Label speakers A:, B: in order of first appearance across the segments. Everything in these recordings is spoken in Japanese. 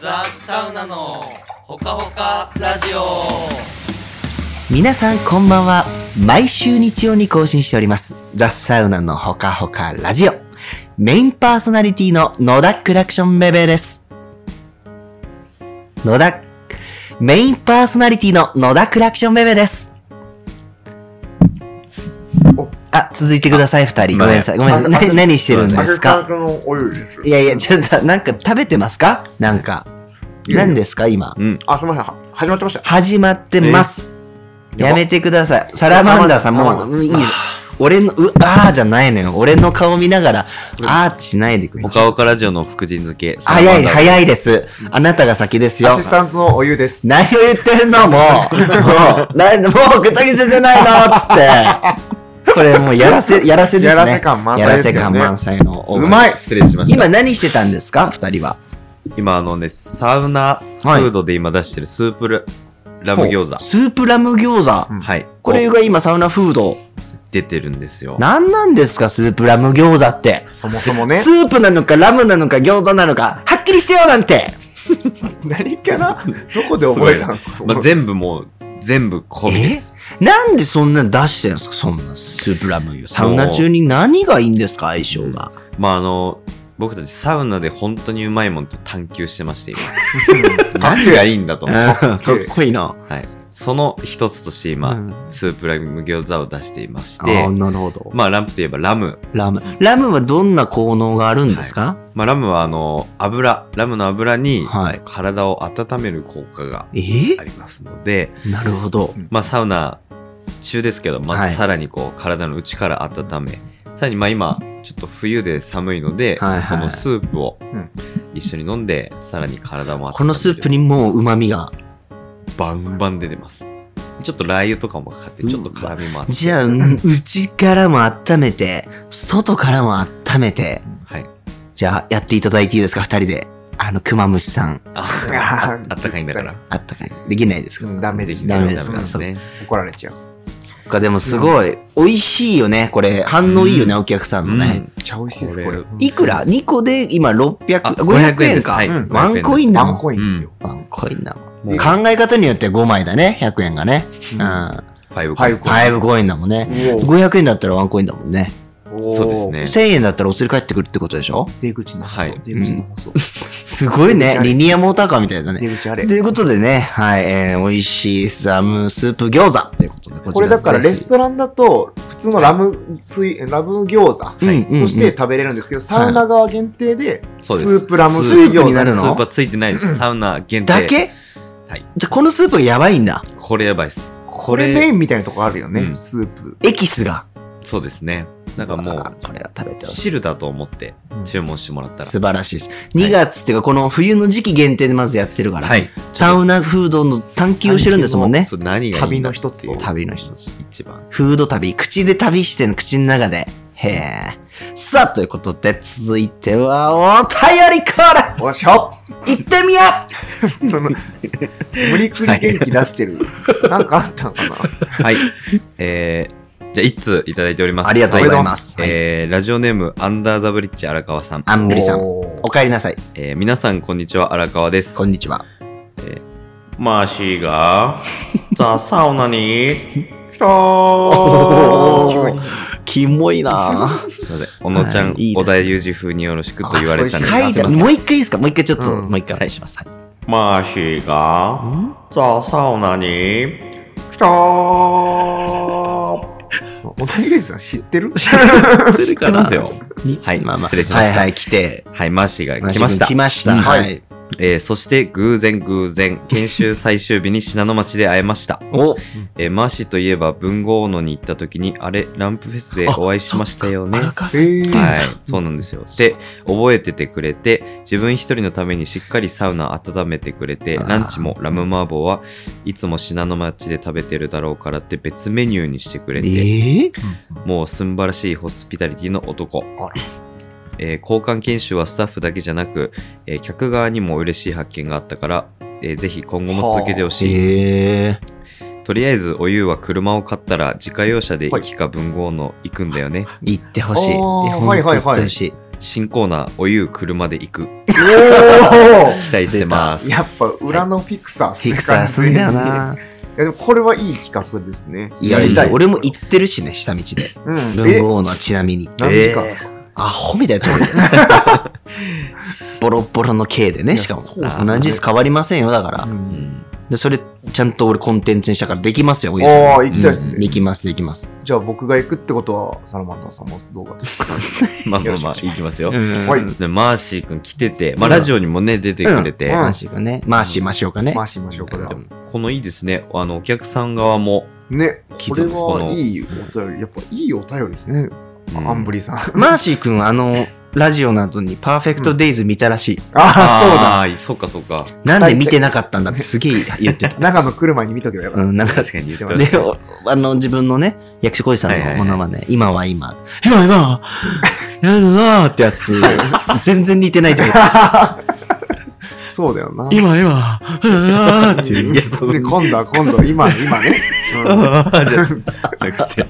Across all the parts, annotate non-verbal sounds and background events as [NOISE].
A: ザ・サウナのほかほかラジオ
B: 皆さんこんばんは。毎週日曜に更新しております。ザ・サウナのほかほかラジオ。メインパーソナリティの野田クラクションベベです。野田、メインパーソナリティの野田クラクションベベです。あ、続いてください、二人。ごめんなさい。ごめんなさい。
C: あ
B: な何してるん
C: あ
B: で
C: れ
B: す
C: か
B: か
C: らのお湯です。
B: いやいや、ちょっと、なんか食べてますかなんか。
C: いや
B: 何ですか、今。
D: うん。
C: あ、すみません。は始まってました。
B: 始まってます。
C: やば
B: やめてください。サラマンダーさん、
C: サラ
B: も
C: マンダー
B: ういいです。俺の、う、あーじゃないのよ。俺の顔見ながら、あーってしないでく
D: ほ
B: ださ
D: か
B: い。
D: ほかラジオの福神漬け。
B: 早い、
D: い。
B: 早いです。あなたが先ですよ
C: アシ。スタントのお湯です。
B: 何を言ってん
C: [LAUGHS]
B: のもう、もう、なんもうぐちゃぐちゃじゃないのつって。これもうやらせ、やらせですね。
C: やらせ感満載ですけどね
B: やらせ感満載の。
C: うまい
D: 失礼しました。
B: 今
D: 今、
B: 何してたんですか二人は。
D: あのね、サウナフードで今出してるスープラ,、ラム餃子。
B: スープラム餃子。
C: うん
D: はい。
B: これが今サウナフード。
D: 出てるんですよ。
B: 何なんですか、スープラム餃子って。
C: そもそもね
B: ス。ープなのかラムなのか餃子なのか、はっきりしてよなんて
C: 何かなどこで覚えたんですかそ
D: まあ、
C: の
D: 全部もう、全部込みです。
B: なんでそんなん出してんすかそんなスープラムよ。サウナ中に何がいいんですか相性が。
D: まあ、あの、僕たちサウナで本当にうまいもんと探求してまして、
B: [LAUGHS]
D: 今。何がいいんだと。
B: うん [LAUGHS]
D: は
B: かっこいいな。
D: い。その一つとして
B: う
D: 今、
B: ん
D: スープラム餃子を出していまし
B: あ
D: て
B: ー、なるほど。
D: まあ、ランプといえばラム。
B: ラム。ラムはどんな効能があるんですか
D: まあ、ラムは、あの、油、ラムの油に、
B: はい。
D: 体を温める効果が
B: え
D: ありますので、
B: ーなるほど。
D: まあ、サウナ中ですけど、ま
B: は
D: ず
B: い
D: さらにこう体の内から温め、さらにまあ今ちょっと冬で寒いので、
B: はいはい
D: このスープを
C: ん
D: 一緒に飲んで、さらに体も温める
B: このスープにもう旨味が。
D: バンバン出てますちょっとラー油とかもかかってちょっと辛みもあって
B: じゃあ、うん内からも温めて、外からも温めて、
D: はい
B: じゃあやっていただいていいですか二人で。あの、クマムシさん、
D: あ
C: あ
D: ああったかいんだから
B: あったかい。できないですか
C: うんダメです。
B: ダメで
D: ダ
B: す
D: メですね
C: 怒られちゃう。
B: かでもすごい、美味しいよねこれ反応いいよね、お客さんの
D: うん
C: めっ
B: ね、
C: ちゃ美味しいです、こ
D: こ
C: れ
D: れ。
B: いくら2個で今600
D: あ
B: 500
D: 500
B: 円
D: です
B: か、
D: はい
C: うん
B: ワンコインな
C: ワ
B: の
C: ンコインですよ。
B: ワンコインなの
D: もう
B: 考え方によっては5枚だね100円がねうん、
D: ファイブ
C: ファイブコイン
B: 5コインだもんね500円だったらワンコインだもんね
C: おー
D: そうですね
B: 1000円だったらお釣り返ってくるってことでしょ
C: 出口なさ
D: は
C: そう
D: い。
C: 出口なさそう。
B: すごいねリニアモーターカーみたいだね
C: 出口あ
B: と
C: れ。
B: いうことでね、はい、えー、美味しいサムスープ餃子ということで、
C: これだからレストランだと普通のラムスイラム餃子
B: ラン
C: として食べれるんですけど、サウナ側限定でス
D: そうです
C: ープラム
B: スープ
C: 餃
B: に
C: 子
B: なる
D: ス
B: の
D: ープはついてないですサウナ限定
B: だけ、
D: はい
B: じゃあこのスープがやばいんだ。
D: これやばいです
C: これメインみたいなとこあるよね、
D: うん
C: スープ。
B: エキスが。
D: そうですねなんかも
B: あ
D: う
B: ーこれは食べてほしい。
D: 汁だと思って注文してもらったら、
B: 素晴らしいです。2月っていうか、この冬の時期限定でまずやってるから、
D: はい
B: サウナフードの探求をしてるんですもんね。
D: そう何がいいんだ
C: 旅の一つと。
B: 旅の一つ。
D: 一番
B: フード旅。口で旅しての口の中で。へえ。さあ、ということで、続いては、お便りコーナー
C: おっしゃ
B: 行ってみよ
C: その、無理くり元気出してる。なんかあったのかな
D: はい [LAUGHS] えー、じゃあ一通いただいております
B: ありがとうございます
D: はいえーラジオネームアンダーザブリッジ荒川さん
B: う、アンブリさん。
C: お
B: お帰りなさい。
D: えー、皆さんこんにちは荒川です
B: こんにちは。
D: マーシー
B: [LAUGHS]
D: がザ・サウナに
C: きたー
B: キモいなぁ。
D: すいません小野ちゃん、
B: はいいいですね
D: 小田裕二風によろしくと言われたの
C: あそう
B: 書い
D: で
B: てあるもう一回いいですかもう一回ちょっと、
C: うん
B: もう一回お願いします。はい
D: マーシーがザ・サウナに
C: き
D: [LAUGHS]
C: たーそう小田裕二さん知ってる
D: 知ってますよはい
B: まあまあ
D: 失礼しま
B: は
D: した
B: いはい、来て。
D: はいマーシーが来ました
B: 来ました。
D: うん
B: はい。
D: えーそして偶然偶然研修最終日に信濃町で会えました、
B: お、
D: えーマーシーといえば文豪野に行った時にあれランプフェスでお会いしましたよね
B: あそっ
D: は
B: か
C: えー
D: いそうなんですよで覚えててくれて自分一人のためにしっかりサウナ温めてくれて
B: あー
D: ランチもラム麻婆はいつも信濃町で食べてるだろうからって別メニューにしてくれて、
B: ええ
D: もうすんばらしいホスピタリティの男
C: あら。
D: えー交換研修はスタッフだけじゃなく、えー客側にも嬉しい発見があったから、えーぜひ今後も続けてほしい、
B: え
D: とりあえずお湯は車を買ったら自家用車で行きか文豪の行くんだよね、
B: 行ってほしい。
C: あー
B: いや
C: はいはいはい
B: ほんと行ってほしい。
D: 新コーナー、お湯車で行く。
C: お
D: 期待してます。
C: ーやっぱ裏のフィクサーっす
B: フ
C: ね、
B: ィクサーすんだよ
C: [LAUGHS]
B: ない
C: やでもこれはいい企画ですね。
B: いや
D: やりたい
B: 俺も行ってるしね下道で
C: うん。
B: 文
C: え、
B: 豪のちなみに
C: 何時間ですか、
B: アホみたいなとこ
C: [LAUGHS]
B: でボロボロの刑でねしかも
C: いやそうっすね
B: 何時です変わりませんよだから、
C: う
D: うんん
B: でそれちゃんと俺コンテンツにしたからできますよお
C: あー行きたいっすね
B: できますできます
C: じゃあ僕が行くってことは、サラマンダーさんも動画と。
D: まあまあまあ、
C: よろしくお願いします
D: 行きますよ。
C: はい
D: でマーシーくん来てて、まあ、
B: うん
D: ラジオにもね、出てくれて、
C: うん
B: マーシーがねマーシーましょうかね
C: 回しましょう、これは。
D: このいいですね、あの、お客さん側も、
C: ね、
D: 貴
C: これ
D: 族こ
C: は
D: の
C: いいお便り。やっぱいいお便りですね、
D: うん
C: アンブリーさん。
B: マーシーくんはあのラジオなどにパーフェクトデイズ見たらしい、
C: ああ、
D: あーそうか、そうか。
B: なんで見てなかったんだってすげえ言ってた
C: そうだ。中の来る前に見とけばよか
B: [LAUGHS]
C: っ
B: うんなんか
D: 確かに言ってま
C: 確
D: し
B: で
D: たね。
B: おあの自分のね役所広司さん
D: はいはい
B: の
D: はい
B: ものまね、今は今今今やだなーってや [LAUGHS] つ全然似てないと思う
C: た。そうだよな。
B: [LAUGHS] 今今やだなーっていう
C: いやそうで今度は今度は今今ね、
D: あー [LAUGHS] じゃなく [LAUGHS] て。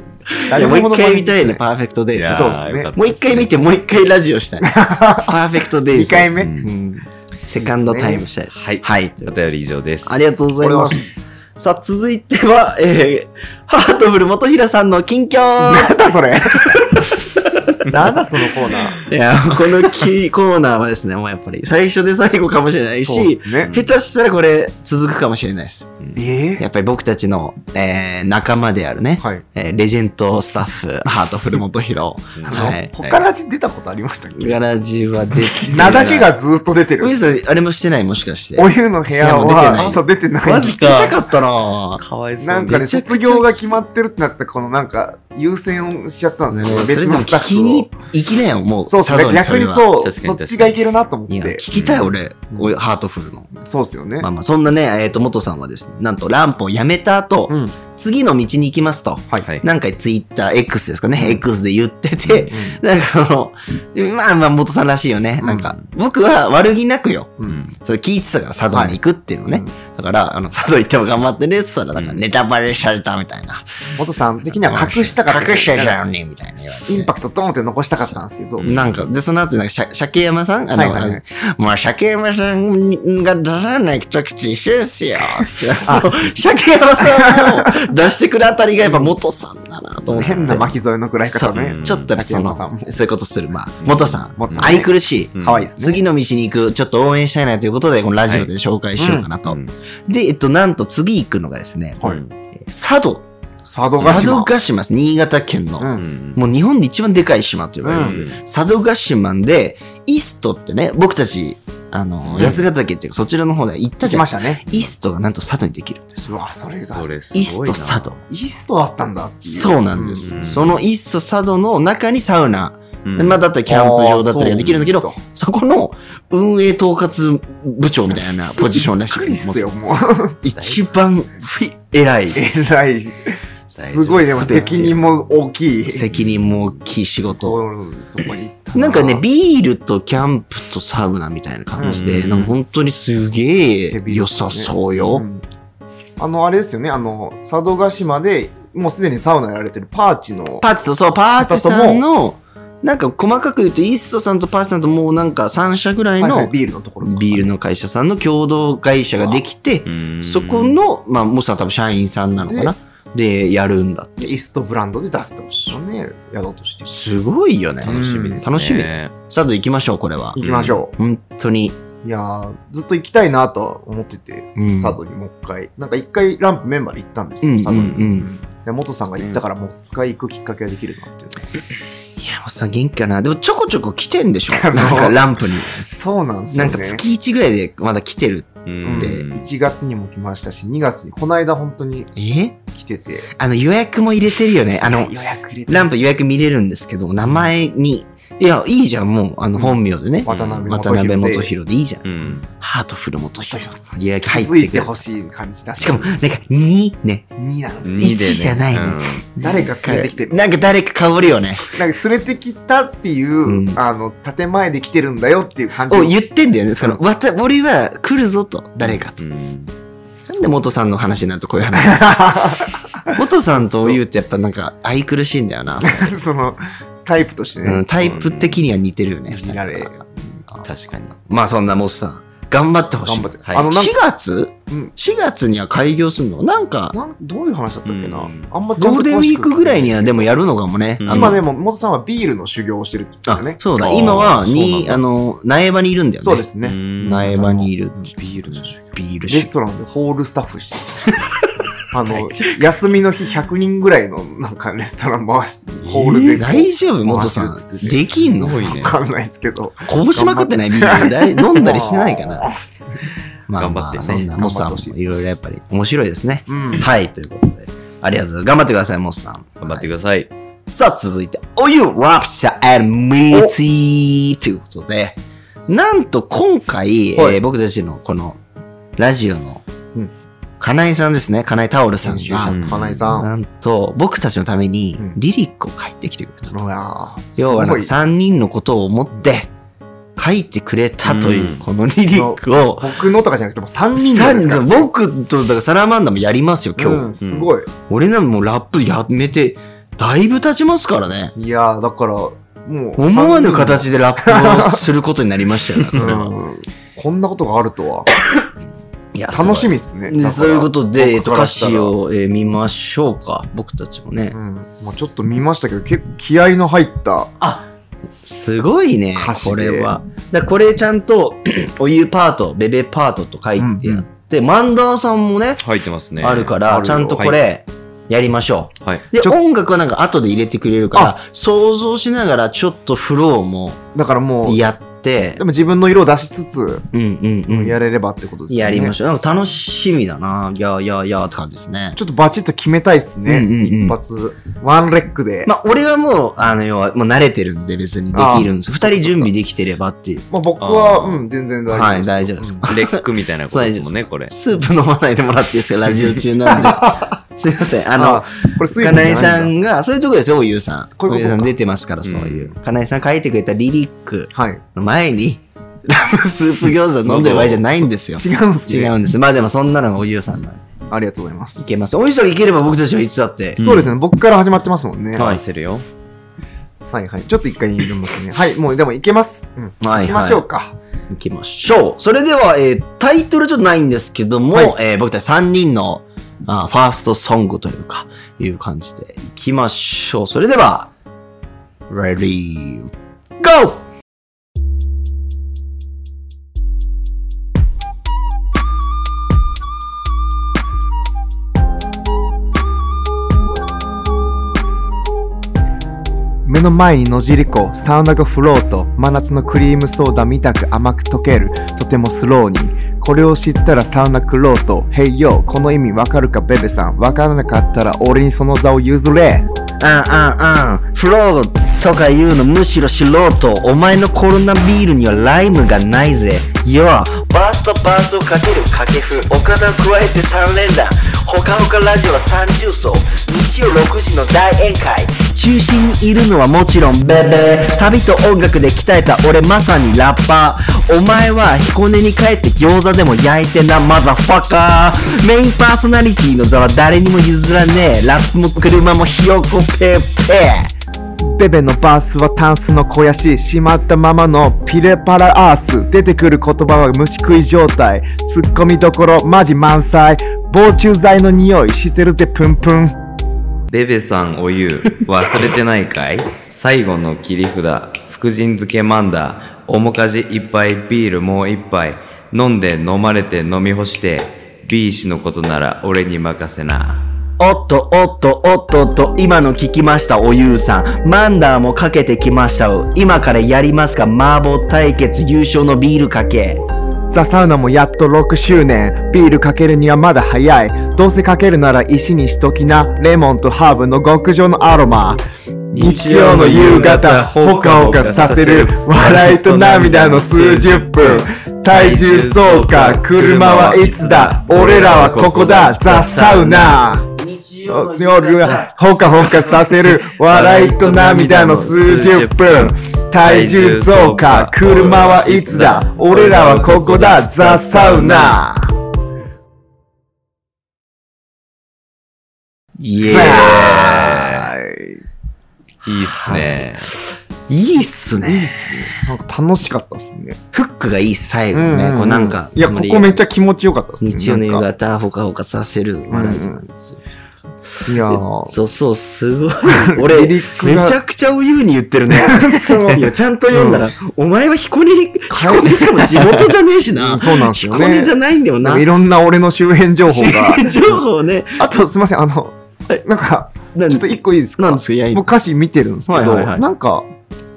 B: いやもう一回見たいね
C: ね
B: パーフェクトデイ
D: い
B: ズ
D: やー
C: そうですね
D: よかた
B: もう一回見て、もう一回ラジオ [LAUGHS] したい。パーフェクトデイ
C: 2
B: ズ。
C: 回
D: う
C: 目、
B: うんん。セカンドタイムしたいです。
D: はい。
B: はい。
D: お便り以上です。
B: ありがとうございます。さあ、続いては、えー、ハートブル元平さんの近況。
C: なんだそれなんだそのコーナー
B: いや、この
C: [LAUGHS]
B: キーコーナーはですね、もうやっぱり最初で最後かもしれないし、
C: そうですね
B: 下手したらこれ続くかもしれないです。
C: ええ
B: やっぱり僕たちの、えー仲間であるね、
C: はい
B: えーレジェンドスタッフ、ハートフル元広。
D: うん
C: あの、
B: はい
C: 他ラジ出たことありましたっけ
B: ガラジは出て
C: [LAUGHS] 名だけ。がずっと出て
B: ウィ
C: る
B: ズさん、あれもしてないもしかして。
C: お湯の部屋
B: いやもう出てない
C: はそう出てない
B: マジ聞きたかったな
D: かわいそう
C: なんかね
B: めちゃくちゃ
C: 卒業が決まってるってなったこのなんか優先をしちゃったんですよ、
B: ね
C: 別のスタッ
B: それでも聞きに
C: フ
B: 行きなよ、もう。
C: をそうです
B: 佐渡
C: ね
B: そ
C: 逆
B: れ
C: に
B: は
C: そ
D: 確
C: う
D: かに
C: そっちがいけるなと思っ
B: いや、
C: て
B: 聞きたい、俺。
C: うん
B: おハートフルの。
C: そうですよね、
B: まあまあ、そんなね、えっ、と、元さんはですね、なんと、ランプをやめた後、
C: うん
B: 次の道に行きますと、
D: はい。はい。
B: なんかツイッター X ですかね、X で言ってて、[LAUGHS]
C: う
B: なんかその、まあまあ、元さんらしいよね。
C: うん
B: なんか、僕は悪気なくよ。
D: うんん。
B: それ聞いてたから、佐渡に行くっていうのね。
C: はい
B: だから、あの、佐渡行っても頑張ってねって言ったら、なんか
D: うん
B: ネタバレされたみたいな。
C: 元さん的には隠したかった
B: 隠してたのに、みたいな言われて。
C: インパクトドーンって残したかったんですけど、
D: う
B: なんか、で、その後、なんか、しゃ鮭山さんあの、
C: はいはいはい
B: まあ、鮭山さんが出さない時と一緒ですよ。つって、その、鮭山さんを出してくるあたりがやっぱ元さんだなと思って。
C: 変な巻き添えの食らい
B: そ
C: 方
B: う、
C: ね。
B: ちょっとやっぱその、
C: 鮭山さんも
B: そういうことする。まあ、元さん、
C: 元さんね
B: 愛くるしい。
D: うん
C: かわいいですね。
B: 次の道に行く、ちょっと応援したいなということで、このラジオで紹介しようかなと。
D: うん
B: で、えっと、なんと次行くのがですね、
C: はい
D: うん
B: 佐渡。
C: 佐渡
B: 佐渡
C: 島。
B: ヶ島です。新潟県の。
C: う
D: うんん。
B: もう日本で一番でかい島と言われてる、
D: うん
B: 佐渡島で、イストってね、僕たち、あの、
C: うん
B: 八ヶ岳っていうか、そちらの方で行った
C: 行
B: じ
C: き
B: ゃん
C: ま。したね。
B: イストがなんと佐渡にできるんです。
C: うわ、それが
D: そ。れすごいな
B: イスト佐渡。
C: イーストだったんだっていう。
B: そうなんです。
D: うん
B: そのイスト佐渡の中にサウナ、
D: うん
B: まあだったらキャンプ場だったりができるんだけど、
C: あー
B: そ
C: そ
B: この運営統括部長みた
C: [LAUGHS]
B: いなポジションら
C: びっ
B: しい。
C: くりっすよ、
B: もう
C: もう。
B: 一番ふい偉い。
C: えらい。すごい、でも責任も大きい。
B: 責任も大きい仕事を
C: そういうとこに行った
B: なんかね、ビールとキャンプとサウナみたいな感じで、
D: うん
B: なんか本当にすげえ良さそうよ。
C: んあの、あれですよね、あの、佐渡島でもうすでにサウナやられてるパーチの。
B: パーチと、そう、パーチさんの、なんか細かく言うと、イーストさんとパーチさんともうなんか3社ぐらい
C: はいはい
B: の
C: ビールのところとか
B: ビールの会社さんの共同会社ができて、
D: うん
B: そこ、の、まあ、もしは多分社員さんなのかなで、やるんだ。
C: でイーストブランドで出すってことね、宿として。
B: すごいよね。
D: 楽しみですね。
B: 楽しみ佐渡行きましょう、これは。
C: 行きましょう。
B: 本当に。
C: いやーずっと行きたいなとは思ってて、
B: うん
C: 佐渡にもう一回、なんか一回ランプメンバーで行ったんですよ、
B: うん
C: 佐渡に。
B: うんうん
C: で、元さんが行ったからもう一回行くきっかけができるなっていう。
B: いや、もうさ、元気かな。でもちょこちょこ来てん
C: [LAUGHS]
B: でしょ。
C: あの
B: なんかランプに。
C: そうなんです
B: な
C: よ
B: ん
C: ね。
B: か月1ぐらいでまだ来てる。
D: うん。
B: で
D: うん
C: 1月にも来ましたし、2月に、この間本当に
B: え
C: 来てて、
B: あの予約も入れてるよね。あの、
C: 予約入れて
B: ランプ
C: 渡
B: 予約見れるんですけど、名前に、いや、いいじゃん、もう、あの、
C: うん
B: 本名でね。
C: 辺元
B: 渡
C: 弘
B: 辺
C: で
B: 元弘でいいじゃん。
D: うん。
B: ハートフル元弘。予約
C: 気
B: 入
C: づ
B: っ
C: い
B: て
C: て
B: く
C: ほ
B: る。
C: しい感じだし。
B: しかも、なんか、2ね。
C: 2なんですよ。
D: 二でね
B: 一じゃないね
D: うん
C: 誰か連れてきてる。
B: なんか誰か被るよね。
C: なんか連れてきたっていう、
B: うん
C: あの、建前で来てるんだよっていう感じ
B: を
C: の
B: 言ってんだよね。その、わた、俺は来るぞと、誰かと。
D: うん
B: なんで元さんの話になるとこういう
C: [LAUGHS]
B: 話。元さんと言うとやっぱなんか愛くるしいんだよな。
C: [LAUGHS] その、タイプとしてね。
B: うん、タイプ的には似てるよね、
C: うん
B: 二人
C: 見られ
D: 確かに。
B: まあそんなモスさん、頑張ってほしい。
C: 頑張って。
D: はい
C: あの、なん
B: 4月
C: うん、
B: 4月には開業するのなんか、
C: なんどういう話だったっけな、
D: うん
C: あんまちゃんと詳しく
B: ゴールデンウィークぐらいにはでもやるのかもね。
D: うん
B: あの
C: 今でも、元さんはビールの修行をしてるって言ってたよ
B: あ
C: ね、。
B: そうだ、
D: あー
B: 今は、
D: そうなん
B: に、
D: だ
B: あの、苗場にいるんだよね。
C: そうで。すね。
D: な
B: 苗場にいる。
D: ビールの種
B: ビール
C: レストランでホールスタッ
B: [LAUGHS]
C: フしてあの、休みの日100人ぐらいのなんかレストラン回し、ホールでこう。
B: 大丈夫元さん
C: 回してるっつ。って
B: できんの
D: すごいね
C: わ。かんないですけど。
B: こぼしまくってないビールだい。飲んだりしてないかな。まあ
D: 頑
B: ま
D: 張
B: あ
D: ってね
B: そんなモスさん
C: 頑張
B: も
C: ってほしいです
B: いろいろやっぱり面白いですね。
C: うん。
B: はい、ということで。ありがとうございます。頑張ってください、モスさん。
D: 頑張ってください。
B: さあ、続いて、おゆラプシャーミーティーということで、なんと今回、
C: はい
B: えー僕たちのこのラジオの
C: うん、
B: かなえさんですね、かなえタオルさん
C: 編集者
B: が、
C: の金井さん。
B: なんと僕たちのために
C: うん
B: リリックを書いてきてくれたと。
C: うわー
B: 要は
C: すごい
B: 3人のことを思って書いてくれたというう、
D: ん
B: このリリックを、
C: 僕のとかじゃなくてもう3人のですか
B: さ
C: ら
B: ん僕とだからサラマンダもやりますよ、今日。
C: うん、すごい。
B: 俺なんかもうラップやめて、だいぶ経ちますからね。
C: いやーだから、もう。
B: 思わぬ形
C: で。
B: でラップをすることになりましたよ、だか
C: う
B: ら
C: ん。こんなことがあるとは。
B: いや
C: 楽し
B: み
C: みっすね。だ
B: で
C: から
B: そういうことで、えっと、
C: 僕か
B: 歌
C: らしたら
B: 詞を、えー見ましょうか僕たちもね、
C: うん。まあちょっと見ましたけど、結構気合の入った。
B: すごいね
C: 歌詞
B: こ
C: で
B: れはだこれちゃんと [CLEARS THROAT] お湯パートベベパートと書いてあって、マンダーさんもね
D: 入ってますね。
B: あるか
C: ある
B: ら
C: よ
B: ちゃんとこれやりましょ
D: はい。
B: う、
C: ち
B: で
C: ょ
B: 音楽はなんか後で入れてくれるから想像しながらちょっとフローも
C: だからもう、
B: やって
C: でも自分の色を出しつつ、
B: うんうんうん
C: やれればってことですよね。
B: やりま
C: ょ
B: しょうなんか楽しみだないやいやいやって感じですね
C: う。ちょっとバチッと決めたいっすね。
B: うんうんうん
C: 一発、ワンレックで。ま
B: まあ、俺はもう、あの、要は、もう慣れてるんで別にできるんです。二人準備できてればっていう。
C: あ、僕は、
D: あー
C: うん、全然大丈夫
B: はい、大丈夫です。
D: レックみたいなことですもんね、これ。
B: スープ飲まないでもらっていいです
C: [LAUGHS]
B: かラジオ中なんで。すいません。あ
C: あ
B: の、
C: これ水
B: かな
C: 分じゃない
B: え
C: んだ
B: さんが、そういうとこですよ、おゆうさん。
C: こういうことか
B: おゆうさん出てますから、そういう。かなえさん書いてくれたリリック
C: はい。
B: の前に、ラムスープ餃子飲んでる場合じゃないんです
C: [LAUGHS]
B: よ。
C: 違うんすね。
B: 違うんです。まあでもそんなのがおゆうさんなんで。
C: ありがとうございます。
B: いけます。おゆうさんがいければ僕たちはいつだって。
C: そうですね、僕から始まってますもんね。
B: はい
D: 見せるよ。
C: はいはい。ちょっと一回言いますね。はい、もうでもいけます。うん。
B: はいはい
C: 行きましょうか。
B: 行きましょう。それでは、えータイトルちょっとないんですけども、
C: はい
B: えー僕たち3人のあーファーストソングというか、いう感じで行きましょう。それでは、Ready, Go!
C: 目の前にのじりこサウナがフロート真夏のクリームソーダみたく甘く溶けるとてもスローにこれを知ったらサウナクロート Hey yo この意味わかるかベベさんわからなかったら俺にその座を譲れ
B: あんあんあん、フローとか言うのむしろ素人。お前のコロナビールにはライムがないぜ。よバーストバースをかける掛布。岡田を加えて3連打。ほかほかラジオは30層。日曜6時の大宴会。中心にいるのはもちろんベベ旅と音楽で鍛えた俺まさにラッパーお前は彦根に帰って餃子でも焼いてなマザファカーメインパーソナリティの座は誰にも譲らねえラップも車もひよこペーペ
C: ベベのバースはタンスの肥やししまったままのピレパラアース出てくる言葉は虫食い状態ツッコミどころマジ満載防虫剤の匂いしてるぜプンプン
D: ベベさんお湯忘れてないかい [LAUGHS] 最後の切り札福神漬けマンダ面かじ一杯ビールもう一杯飲んで飲まれて飲み干して B 氏のことなら俺に任せな
B: おっとおっとおっとっと今の聞きましたおゆうさんマンダーもかけてきましたよ今からやりますか麻婆対決優勝のビールかけ
C: ザ・サウナもやっと6周年ビールかけるにはまだ早いどうせかけるなら石にしときなレモンとハーブの極上のアロマ日曜の夕方ほかほかさせる笑いと涙の数十分体重増加車はいつだ俺らはここだザ・サウナ
B: 日
C: 夜はほかほかさせる笑いと涙の数十分体重増加車はいつだ俺らはここだザ・サウナ
B: イエーイ
C: はい
D: いいっすね。
B: いいっす
C: いいっ
B: ね。
C: すね。なんか楽しかったっすね。
B: フックがいいっす最後
C: う
B: ね。
C: う
B: こうなんか、
C: いや、ここめっちゃ気持ちよかったっすね。
B: 日曜の夕
C: なんか
B: 方、ほかほかさせるワイズなんですよ。
C: いやー
B: そうそう、すごい。
C: リ
B: 俺、
C: リ
B: め
C: ックが
B: ちゃくちゃおゆうに言ってる
C: [LAUGHS]
B: ね。いや、ちゃんと読んだら、お前は彦根に、彦根しかも地元じゃねえしな。
C: そうなんですよ
B: 彦
C: ね
B: 根じゃ。ないんだよ
C: なん
B: な
C: かい。ろんな俺の周辺情報
B: [LAUGHS]
C: が。
B: 情報ね。
C: あと、すいません、あの
B: は、い
C: なんか、
B: なん
C: ちょっと一個いいですか
B: なんですかいやいい
C: 僕歌詞見てるんですけど、
B: はいはいはい
C: なんか、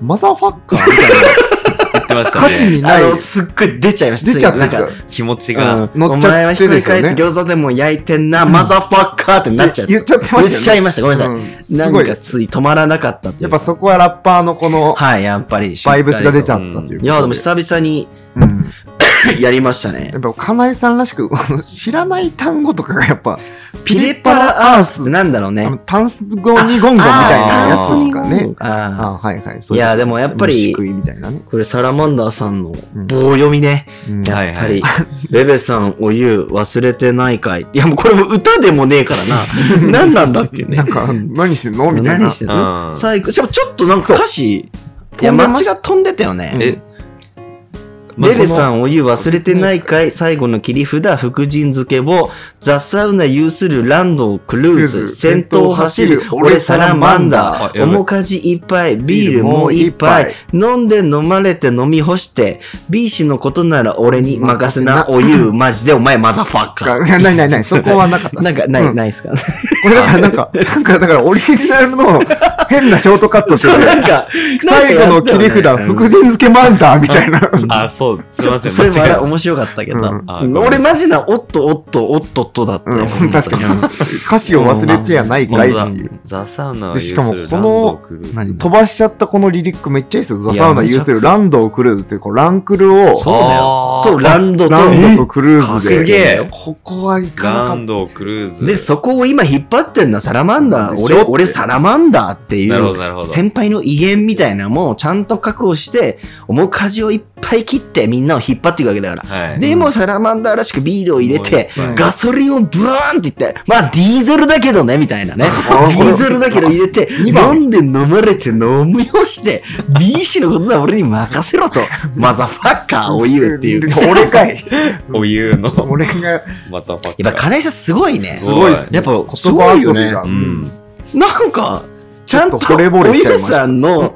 C: マザーファッカーみたいな
D: 言ってました
C: 歌詞
D: ね。
C: にな
B: あ
C: い
B: の、すっごい出ちゃいました。
C: 出ちゃって
B: なん
C: た
B: か、
D: 気持ちが。
C: 乗っちゃ
B: お
C: ってですよ
B: 前はひっくり返っ
C: ね
B: て。餃子でも焼いてんな、マザーファッカーってなっちゃう。
C: 言っちゃってましたよね
B: 言っちゃいました。ごめんなさい。
C: うん
B: な
C: すご
B: ん
C: い。
B: か
C: や
B: つい止まらなかったっていう
C: っぱそこはラッパーのこの
B: はい、やっぱり。
C: バイブスが出ちゃったっていうことで。
B: いや、でも久々に
C: うん
B: やりましたね
C: や。っぱ、金井さんらしく、この知らない単語とかがやっぱ、
B: ピレパラアースなんだろう
C: あの
B: ね。
C: タンスゴニゴンゴみたいなやつですかね。
B: あ
C: あはいはい。
B: ーいや、でもやっぱり、
C: 食いみたいなね。
B: これサラマンダーさんの
C: うん
B: 棒読みね。
C: うん
D: はい
B: やっぱり、ベベさんお湯忘れてないかい。いや、もうこれも歌でもねえから
C: [LAUGHS]
B: な。何なんだっていうね
C: な。んか、 [LAUGHS] 何してんのみたいな。
B: 何してんの
D: うん
B: 最後、しかもちょっとなんか歌詞、いや、
C: 飛ん
B: マ
C: で
B: ッ
C: まし
B: チが飛んでたよね。
D: え、
B: レレさんお湯忘れてないかい最後の切り札福神漬けをザ・サウナ有するランドクルーズ先頭を走る俺サラマンダ
D: あ
B: ー
D: やばい
B: 面かじいっぱいビールもう一杯飲んで飲まれて飲み干して B 氏のことなら俺に任せなお湯マジでお前マザファッカー
C: がないないない、そこはなかったっす
B: なんかな
C: う
B: い
C: ん
B: ないですか
C: これだからなんか、なんかだからオリジナルの変なショートカットして
B: そうなん
C: て、
B: か
C: 最後の切り札、
B: なんかやったよね
C: 福神漬けマンダーみたいな。
D: あ、そう、す
B: ち
D: い
B: ょ
D: ま
B: っと
D: せん、
B: それもあれ
D: 間違えた
B: 面白かったけど、
C: うん
D: あごめんなさ
B: 俺
D: い
B: マジな、おっとおっと、おっとっとだったよ、
C: うん、確かに。歌詞を忘れてやないかいっていう。
D: 本当だザ・サウナ
C: でしかもこの
D: 何
C: 飛ばしちゃったこのリリックめっちゃいいですよ。ザ・サウナ有す
D: め
C: るランドをクルーズっていう、こうランクルを、
B: そうだよ。と、ランドと、
C: ランドとクルーズ
D: す
C: で。
D: げえ
C: ここはいかな
D: ラ
C: か
D: ン
C: っ
D: ドクルーズ。
B: で、そこを今引っ張ってんのはサラマンダー。
C: でしょ
B: 俺、
C: って
B: 俺サラマンダーってい
D: なるほどなる
B: う、
D: ほど
B: 先輩の威厳みたいなもんをちゃんと確保して、面舵をいっぱい切ってみんなを引っ張っていくわけだから。
D: はい
B: でもサラマンダーらしくビールを入れて
D: もういっぱい、
B: ガソリンをブワーンっていって、まあディーゼルだけどね、みたいなね。デ
C: あ
B: ィーゼルだけど入れて、
C: 二番
B: 飲んで飲まれて飲み干して、B 氏のことは俺に任せろと、マザファッカー
C: た。
B: を言うっていう。
C: で [LAUGHS] 俺かい。
D: お湯の、
C: 俺が、
D: またファッ
B: やっぱ金井さんすごいね。
D: すごいっす
B: やっぱ
C: 言葉遊びが。
D: う
C: うんん。
B: なんか、ちゃんと、
C: ちょっと惚れ惚れ
B: お
C: し
B: ゆ
C: ちゃいうました
B: さんの、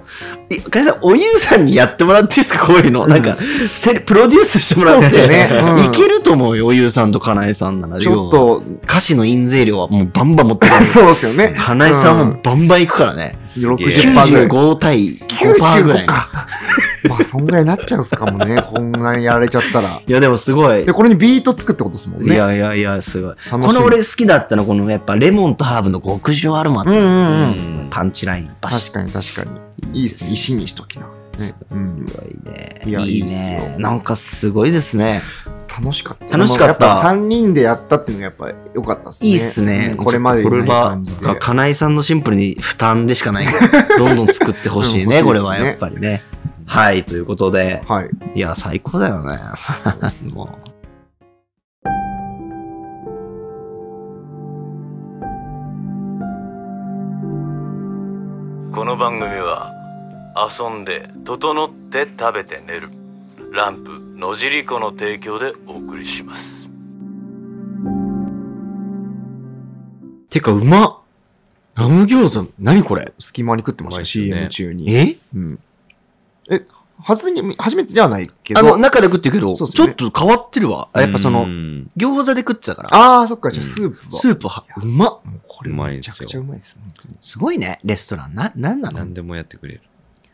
B: いかえさん、おゆうさんにやってもらっていいですか、こういうの。なんか、せプロデュースしてもらって。
C: そうっすねうん
B: いけると思うよ、おゆうさんとかなえさんなら。
C: ちょっと、
B: 歌詞の印税量はもうバンバン持ってくる。
C: そうですよね。
B: かなえさんはもうバンバンいくからね。
D: げえ
C: 60%ぐらい。
B: 95対5%
C: 95%
B: ぐらい。
C: か。まあ、そんぐらいになっちゃうんすかもね。こんなにやられちゃったら。
B: いや、でもすごい
C: で、。これにビートつくってことですもん
B: い
C: ね。
B: やいやいや、すごい。こ
C: み
B: の俺好きだったのは、このやっぱレモンとハーブの極上アロマって
C: うんうん
D: う
C: う。
D: んん
B: パンチライン、バシッ
C: 確かに確かに。いいっすね。石にしときな。ねうん、
B: すごいね。
C: いや
B: いい
C: いいっす
B: ね。
C: よ
B: なんかすごいですね。
C: 楽しかった。
B: 楽しかった
C: でもやっぱ3人でやったっていうのがやっぱ良かったっすね。
B: いいっすね。
C: うんこれまでに
B: こ
C: な
B: れ
C: い
B: は
C: 感じで。、
B: かなえさんのシンプルに負担でしかないから、どんどん作ってほしいね、
C: [LAUGHS] うん
B: こ
C: 欲
B: れ
C: しいっすね
B: はやっぱりね。はい、ということで、
C: はい。
B: いや、最高だよね。 [LAUGHS] も
A: この番組は遊んで整って食べて寝るランプ野尻湖の提供でお送りします
B: うてか、うまっラム餃子、何これ
C: 隙間に食ってまし
D: う
C: た、
D: まいっすよね
C: CM 中に。
B: え
C: うん。え、初に、初めてじゃないけど。
B: あの、中で食ってるけど、
C: そうっす
B: ちょ
C: ね
B: っと変わってるわ。あやっぱその
D: う、ん
B: 餃子で食ってたから。
C: あー、そっか。じゃあスープは。
B: スープは、うまっ
C: もうこれ
D: うまい
C: め
D: っすよ
C: ちゃくちゃうまいっす。本当に
B: すごいね、レストラン。な、なんなの
D: 何でもやってくれる。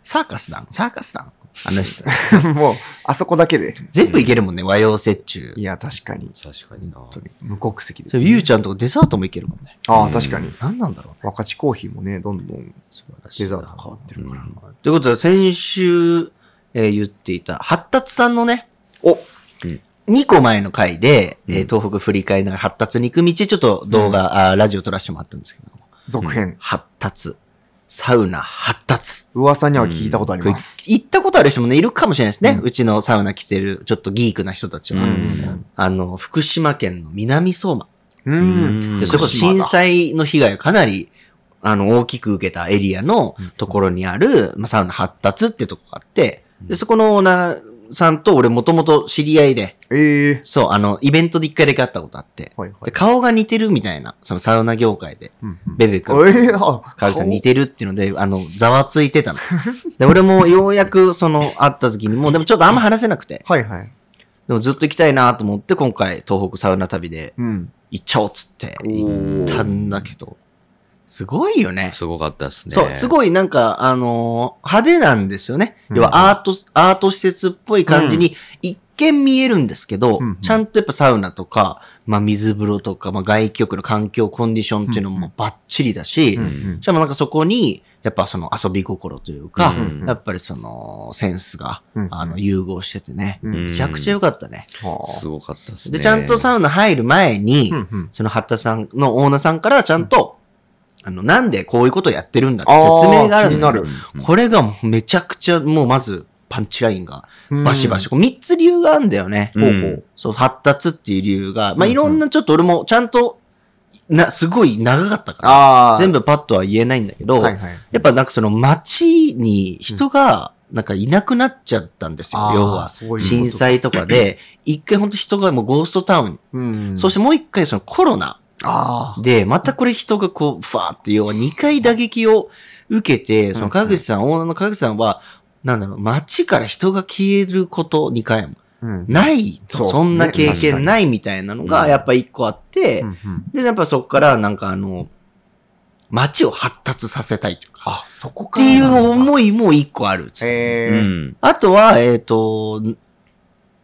B: サーカスだのサーカスだのあの人。
C: [LAUGHS] もう、あそこだけで。
B: 全部いけるもんね、和洋折衷
C: い。や、確かに。
D: 確かにな。
C: 無国籍です、
B: それ
C: ね。
B: ゆうちゃんとかデザートもいけるもんね。
C: ああ、確かに。
B: 何なんだろうね。
C: 若ちコーヒーもね、どんどん
B: 素晴らしい
C: デ
B: な
C: ザート変わってるから。
D: うん
B: ということで、先週、えー言っていた、発達さんのね、
C: お
B: 2個前の回で、えー
D: うん
B: 東北振り返りながら発達に行く道、ちょっと動画、あーラジオ撮らせてもらったんですけども、
C: 続編。
B: 発達、サウナ発達。
C: 噂には聞いたことあり
B: これ
C: ます。
B: 行ったことある人もね、いるかもしれないですね。
C: う
B: うちのサウナ来てる、ちょっとギークな人たちは。
D: うん
B: あの、福島県の南相馬。
C: う。
D: うん
B: でそれこそ
C: 福島だ
B: 震災の被害をかなりあの、大きく受けたエリアのところにある、まあ、サウナ発達ってとこがあって、で、そこのオーナーさんと俺もともと知り合いで、
C: ええ
B: そう、あの、イベントで一回だけ会ったことあって、
C: はいは
B: で
C: い。
B: 顔が似てるみたいな、そのサウナ業界で、
C: うんうん
B: ベベ君。
C: ええあ、
B: カウさん似てるっていうので、あの、ざわついてたの。で、俺もようやく、その、会った時に、もうでもちょっとあんま話せなくて、
C: はいはい。
B: でもずっと行きたいなと思って、今回、東北サウナ旅で
C: うん。
B: 行っちゃおうっつって、行ったんだけど、すごいよね。
D: すごかったですね。
B: そう、すごいなんか、あのー派手なんですよね。
C: うん
B: 要はアート、アート施設っぽい感じに、一見見えるんですけど、
C: うんうん
B: ちゃんとやっぱサウナとか、まあ水風呂とか、まあ外気浴の環境、コンディションっていうの
C: うんう
B: もバッチリだし、
C: うん
B: しかもなんかそこに、やっぱその遊び心というか、
D: うん
B: やっぱりそのセンスが、
C: うん
B: あの、融合しててね、
C: うん
B: めちゃくちゃ良かったね。
C: はあ
D: すごかったですね。
B: で、ちゃんとサウナ入る前に、
C: うんうん
B: その八田さんのオーナーさんからちゃんと、あの、なんでこういうことやってるんだって
C: あー
B: 説明がある
C: 気
B: ん
C: に
B: だ
C: な
B: よ
C: る。
B: これがめちゃくちゃ、もうまず、パンチラインがバシバシ。
C: う
B: こう3つ理由があるんだよね。
D: うん、
C: ほうほ
B: そう、発達っていう理由が、ま
C: うん
B: あ、
C: うん
B: いろんなちょっと俺もちゃんと、な、すごい長かったから、
C: ああ。
B: 全部パッとは言えないんだけど、
C: はいはい。
B: やっぱなんかその街に人がなんかいなくなっちゃったんですよ、
C: あー
B: 要は。
C: そういうこと
B: 震災とかで、一回本当人がもうゴーストタウン、
C: うん。、
B: そしててもう一回そのコロナ
C: ああ。
B: で、またこれ人がこう、ふわーって、要は2回打撃を受けて、その川口さん、オーナーの川口さんは、なんだろう、街から人が消えること2回も
C: うん。
B: ない
C: そう
B: と、
C: っ
B: そ
C: すね
B: んな経験ないみたいなの
D: 確か
B: が、
D: に
B: やっぱ1個あって、
C: うんうん
B: で、やっぱそこからなんかあの、街を発達させたいというか、
C: あ、そこ
B: っ
C: か
B: て
C: ら
B: い
C: なんだ。
B: う思いも一個あるっつって
D: う
C: ええ。
D: ん。
B: あとは、えっ、と、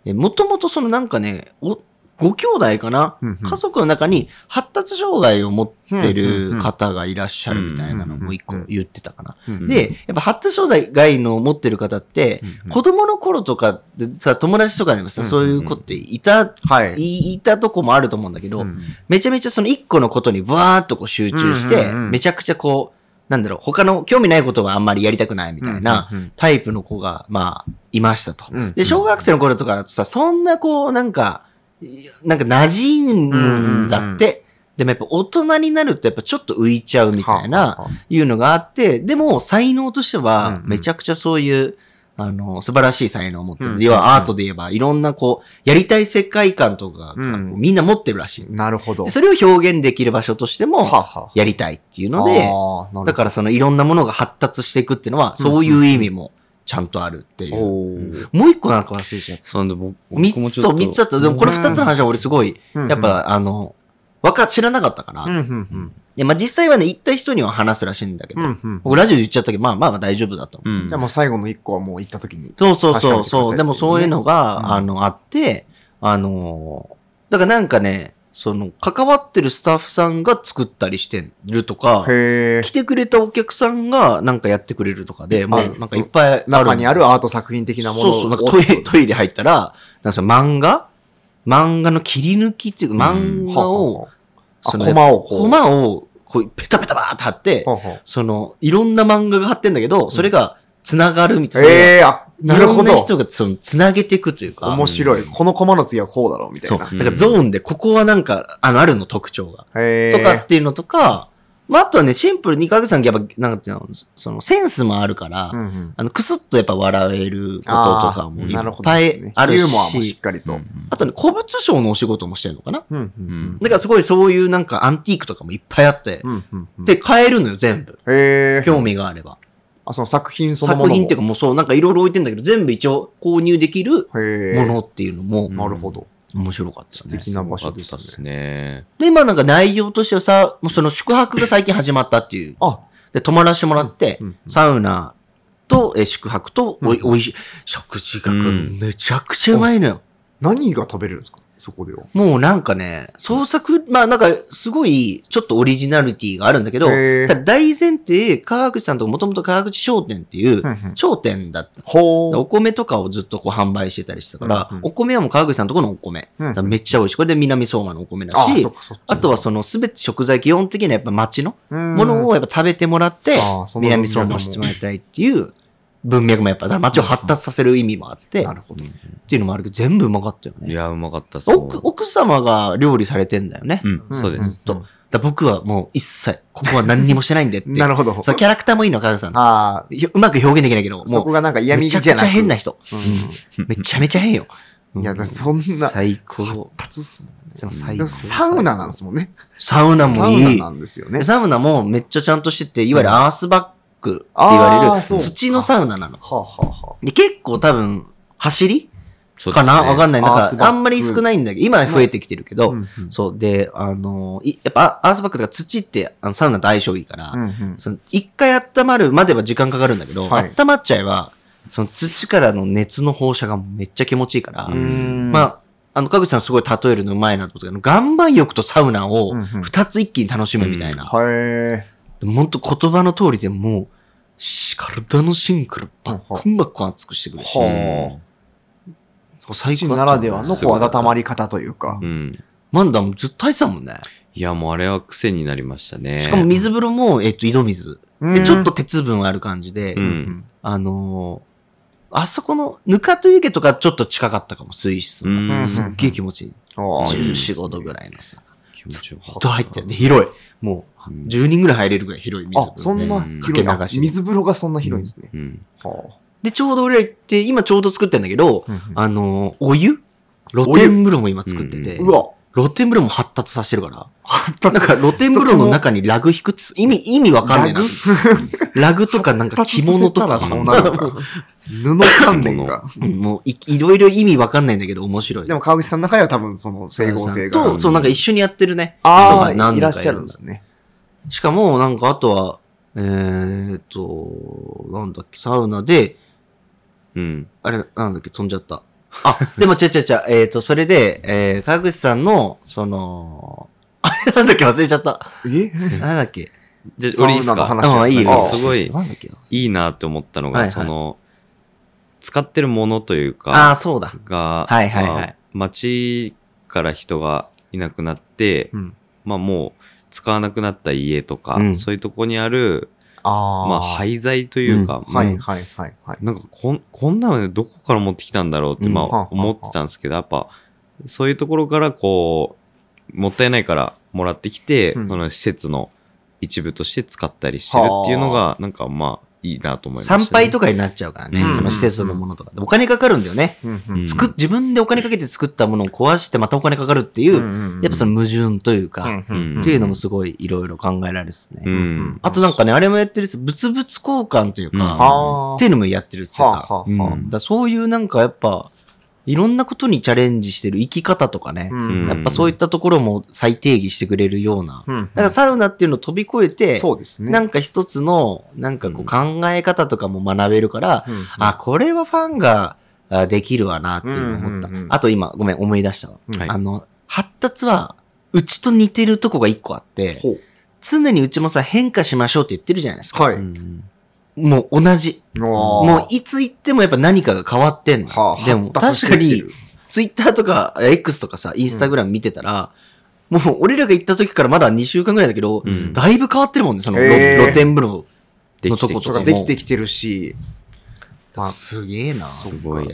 B: えもともとそのなんかね、おご兄弟かな、
C: うんうん
B: 家族の中に発達障害を持って
C: うんうんう
B: る
C: ん
B: 方がいらっしゃるみたいなのも一個
C: うんうんうん
B: 言ってたかな。
C: うん
B: で、やっぱ発達障害の持ってる方って、子供の頃とかってさ、友達とかでもさ、
C: うん
B: そういう子っていた、
C: はい。
B: いいたとこもあると思うんだけど、
C: うん
B: めちゃめちゃその一個のことにバーっとこう集中して、
C: うんうんうん
B: めちゃくちゃこう、なんだろう、他の興味ないことはあんまりやりたくないみたいな
C: うんうんうん
B: タイプの子が、まあ、いましたと。
C: うん
B: で、小学生の頃とかだとさ、そんなこう、なんか、いやなんか馴染むんだって。でもやっぱ大人になるとやっぱちょっと浮いちゃうみたい
C: はあ
B: な、
C: はあは
B: いうのがあって、でも才能として
C: うん
B: は
C: うん
B: めちゃくちゃそういう、あの、素晴らしい才能を持って
C: うんう
B: る。
C: ん
B: 要はアートで言えばいろんなこう、やりたい世界観とかがこう
C: うん
B: みんな持ってるらしい
C: あ。なるほど。
B: でそれを表現できる場所として
C: はあ
B: も、
C: は
B: やりたいっていう
C: あ
B: ので、
C: あーなるほど
B: だからそのいろんなものが発達していくっていうのは、そういう意味もちゃんとあるっていう。
C: おー
B: もう一個なんか忘れちゃった。
D: そんで僕僕
B: 三
D: も
B: つ、
D: ちょ
B: そ
D: っ
B: う、
D: と
B: 三つあった。でもこれ
C: うん
B: 二つの話は俺すごい、
C: うんうん
B: やっぱあの、わか、知らなかったから。
C: うんうん
B: で、まあ実際はね、行った人には話すらしいんだけど
C: うんう、んうん。
B: 僕ラジオで言っちゃったけど、まあまあまあ大丈夫だと思う。
D: うん
C: じゃあもう最後の一個はもう行った時に。
B: そうそうそ
C: 確かに
B: う、
C: 聞かせてっていう
B: そう。
C: ね
B: でもそういうのが、
C: うん
B: あの、あって、あのー、だからなんかね、その、関わってるスタッフさんが作ったりしてるとか、
C: へえ。
B: 来てくれたお客さんがなんかやってくれるとかで、もうなんかいっぱいある。
C: 中にあるアート作品的なものを
B: そうそう、なんかトイレ、トイレ入ったら、なんかその漫画漫画の切り抜きっていうか、
D: うん
B: 漫画を、
C: あ、
B: その
C: コマをこう。
B: コマを、こう、ペタペタバーって貼って、
C: ほうほう
B: その、いろんな漫画が貼ってんだけど、それが繋がるみたいな。
C: ええ、あ、なる
B: いろ
C: ほ
B: んな
C: ど。
B: 人がその、繋げていくというか。
C: 面白い。このコマの次はこうだろう、みた
B: そ。
C: いうな
B: だ。からゾーンで、ここはなんか、あの、あるの特徴が。
C: へえ。
B: とかっていうのとか、まあ、あとはね、シンプルに、かぐさん、やっぱ、なんていうの、その、センスもあるから、
C: うんうん。
B: あの、くすっとやっぱ笑えることと
C: あ
B: かも
C: ー
B: い
C: なるほ
B: っ
C: ど
B: ぱ
C: です
B: い
C: ね
B: あるし、
C: ユーモアもしっかりと。
B: あとね、古物商のお仕事もしてるのかな
C: うんう
D: うんん
B: だからすごいそういうなんかアンティークとかもいっぱいあって、
C: うんうんうん。
B: で、買えるのよ、全部。
C: へえ。
B: 興味があれば。
C: あ、その作品そのもの
B: 作
C: も。
B: 品っていうかもうそう、なんかいろいろ置いてんだけど、全部一応購入できる
C: へ
B: も
C: え。
B: のっていうのも
C: なるほど。
B: 面白かった
C: 素
B: です
C: 敵
B: ね。
C: な場
D: よか
C: 所
D: っ
C: で
D: た
C: す
D: っす
C: ね。
D: ね。
B: で、今なんか内容としてはさ、もうその宿泊が最近始まったっていう。
C: あ、
B: で、泊まらせてもらって
C: うんうん、
B: サウナとえー宿泊とおい、
C: うん
B: おいしい、食事が
D: うん
B: めちゃくちゃうまいのよ。
C: 何が食べれるんですかそこでは。
B: もうなんかね、創作、まあなんかすごいちょっとオリジナリティがあるんだけど、
C: へー
B: ただ大前提、川口さんともともと川口商店っていう商店だった。
C: ほ
B: お米とかをずっとこう販売してたりしてたから、
C: うんうん
B: お米はもう川口さんのところのお米。
C: うんうん
B: だからめっちゃ美味しい。これで南相馬のお米だし、
C: あ、そっかそっち。
B: あとはそのすべて食材、基本的にはやっぱ町の
C: うん、
B: ものをやっぱ食べてもらって
C: あーそ、の
B: 南相馬してもらいたいっていう文脈もやっぱ、だから街を発達させる意味もあって、なるほど。っていうのもあるけど、全部うまかったよ
D: い
B: ね。
D: や、うまかったっす。
B: 奥、奥様が料理されてんだよね。
D: うん、そうです。
B: と。だから僕はもう一切、ここは何にもしてないんでって。
C: [LAUGHS] なるほど
B: そのキャラクターもいいの、かぐさん。
C: ああ、
B: ひうまく表現できないけど、
C: そ
B: も
C: こ
B: う、
C: がなんか嫌味
B: め
C: じ
B: ち
C: ゃ
B: ゃ
C: なく
B: くちゃ変な人。
C: うん
B: めちゃめちゃ変よ。
C: いや、だそんな、
B: 最高。
C: 立つっすもんね。
B: その最
C: で
B: 高
C: もサウナなんですもんね。
B: サウナも
C: サウ
B: い
C: ナ
B: い
C: な。んですよね
B: で。サウナもめっちゃちゃんとしてて、いわゆるアースバックって言わ
C: あ
B: れ
C: ー
B: る
C: そう
B: 土のサウナなの。
C: はあ、はあは
B: で、結構多分、走り
D: そうで
B: か
D: すね
B: なわかんない。だ
C: アース
B: から、
C: バック
B: あんまり少ないんだけど、今増えてきてるけ
C: あ、
B: ど、
C: うん
B: そう。で、あのいやっぱアースバックとか土ってあのサウナと相性いいから、
C: うんうん
B: その一回温まるまでは時間かかるんだけど、
C: はい
B: 温まっちゃえば、その土からの熱の放射がめっちゃ気持ちいいから、
D: う
B: まあ、あの、かぐさんすごい例えるのうまいなと思ったけど、岩盤浴とサウナを
C: うんうん
B: 二つ一気に楽しむみたいな。
C: あ、へえ。
B: 本当言葉の通りでもう、し体の芯からバッコンバッコン熱くしてくるし、
C: は
B: そう
C: あ。
B: 最
C: 父
B: 高だ
C: な
B: った
C: らではのこう温まり方というか
D: う。ん。
B: マンダもずっと入ってたもんね。
D: いや、もうあれは癖になりましたね。
B: しかも水風呂も、えっと、井戸水。
C: うん
B: で、ちょっと、鉄分ある感じで、
D: う。
C: うんん
B: あのーあそこの、ぬかと湯気とかちょっと近かったかも、水質
D: う
B: が。
D: ん。
B: すっげえ気持ちいい。
C: ああ
D: いいで
B: 14、
D: すね
B: 5度ぐらいのさ。
D: 気持ちよか
B: ほんと入ってて、広い。もう、
D: うん
B: 10人ぐらい入れるぐらい広い水風
C: あ
B: 呂、で。
C: そんな
D: うん
C: 広
B: か
C: い
B: け
C: な
B: 流しで
C: 水風呂がそんな広いんですね。
D: うん。
C: は
B: で、ちょうど俺ら行って、今ちょうど作ってんだけど、
C: あ
B: あのーお湯露天風呂も今作ってて、
D: お湯
C: うわ、
B: 露天風呂も発達させてるから。なんか露天風呂の中にラグ引くつ、意味、意味わかんねえな。ラグとかなんか着物とか
C: 発達させたらそうなる [LAUGHS] のか布関連が。
B: うんもうい、いろいろ意味わかんないんだけど面白い。
C: でも川口さんの中では多分その整合性が。
B: と、そう、なんか一緒にやってるね。
C: あ
B: 人が何
C: あ、
B: 人か
C: いらっしゃるんですね。
B: しかも、なんかあとは、えーっと、なんだっけ、サウナで、
D: うん。
B: あれ、なんだっけ、飛んじゃった。あ、 [LAUGHS] でも、ちゃちゃちゃ、えーっと、それで、えー、川口さんの、その、 [LAUGHS] あれなんだっけ、忘れちゃった。
C: え
B: なんだっけ。
D: じゃあ、俺いいっす
C: サウナの
D: か
C: 話
B: ああいいよ
C: あ
D: すごい
B: なんだっけな。
D: いいなって思ったのが、
B: はいはい
D: その、使ってるものという
B: ああ、
D: か、
B: そうだ。
D: が、
B: はいはいはい
D: まあ街から人がいなくなって、
C: うん
D: まあもう使わなくなった家とか、
B: うん
D: そういうとこにある、
C: あ
D: まあ廃材というか、
C: は
D: ま
C: い
D: あ
C: はいはいはい。
D: なんかこんこんなのねどこから持ってきたんだろうって、
B: うん
D: ま
C: はあは
D: あ
C: あ
D: 思ってたんですけど、やっぱそういうところからこう、もったいないからもらってきて、
C: うん
D: その施設の一部として使ったりしてるっていうのが、なんかまあいいなと思いました、
B: 参
D: ね。
B: 拝とかになっちゃうからね、
D: うん
B: その施設のものとか。お金かかるんだよね。
C: うんう
D: うんん
B: 作っ自分でお金かけて作ったものを壊してまたお金かかるっていう、
C: うん
B: やっぱその矛盾というか、
C: うん
D: うん
B: っていうのもすごいいろいろ考えられるですね。
D: うん。
B: あとなんかね、あれもやってるっす。物々交換というか、
D: うん
C: ああ
B: っていうのもやってるっすよ。
C: はあはあはあ
B: うんだからそういうなんかやっぱ、いろんなことにチャレンジしてる生き方とかね、
C: うん
B: やっぱそういったところも再定義してくれるような。
C: うん
B: だからサウナっていうのを飛び越えて、
C: そうですね。
B: なんか一つの、なんかこう考え方とかも学べるから、
C: うんうん
B: あ、これはファンがあできるわなっていうのを思った。
C: うんうんうん
B: あと今、ごめん、思い出したわ。
C: うん
D: はい
B: あの、発達は、うちと似てるとこが一個あって、
C: ほう
B: 常にうちもさ、変化しましょうって言ってるじゃないですか。
C: はい。
D: うん
B: もう同じ。もう
C: も
B: いつ行ってもやっぱ何かが変わってんの。
C: はあ
B: でも
C: 発達
B: 確
C: し
B: か
C: ていって
B: に
C: る、
B: ツイッターとか、え X とかさ、インスタグラム見てたら、もう俺らが行った時からまだ2週間ぐらいだけど、
D: うん
B: だいぶ変わってるもんね、その、
C: へえ
B: 露天風呂。
D: でき
B: のと
D: て
B: こ
D: き
B: と
D: て
B: か
C: そうか、できてきてるし、まあ
B: すげえな。
D: すごい。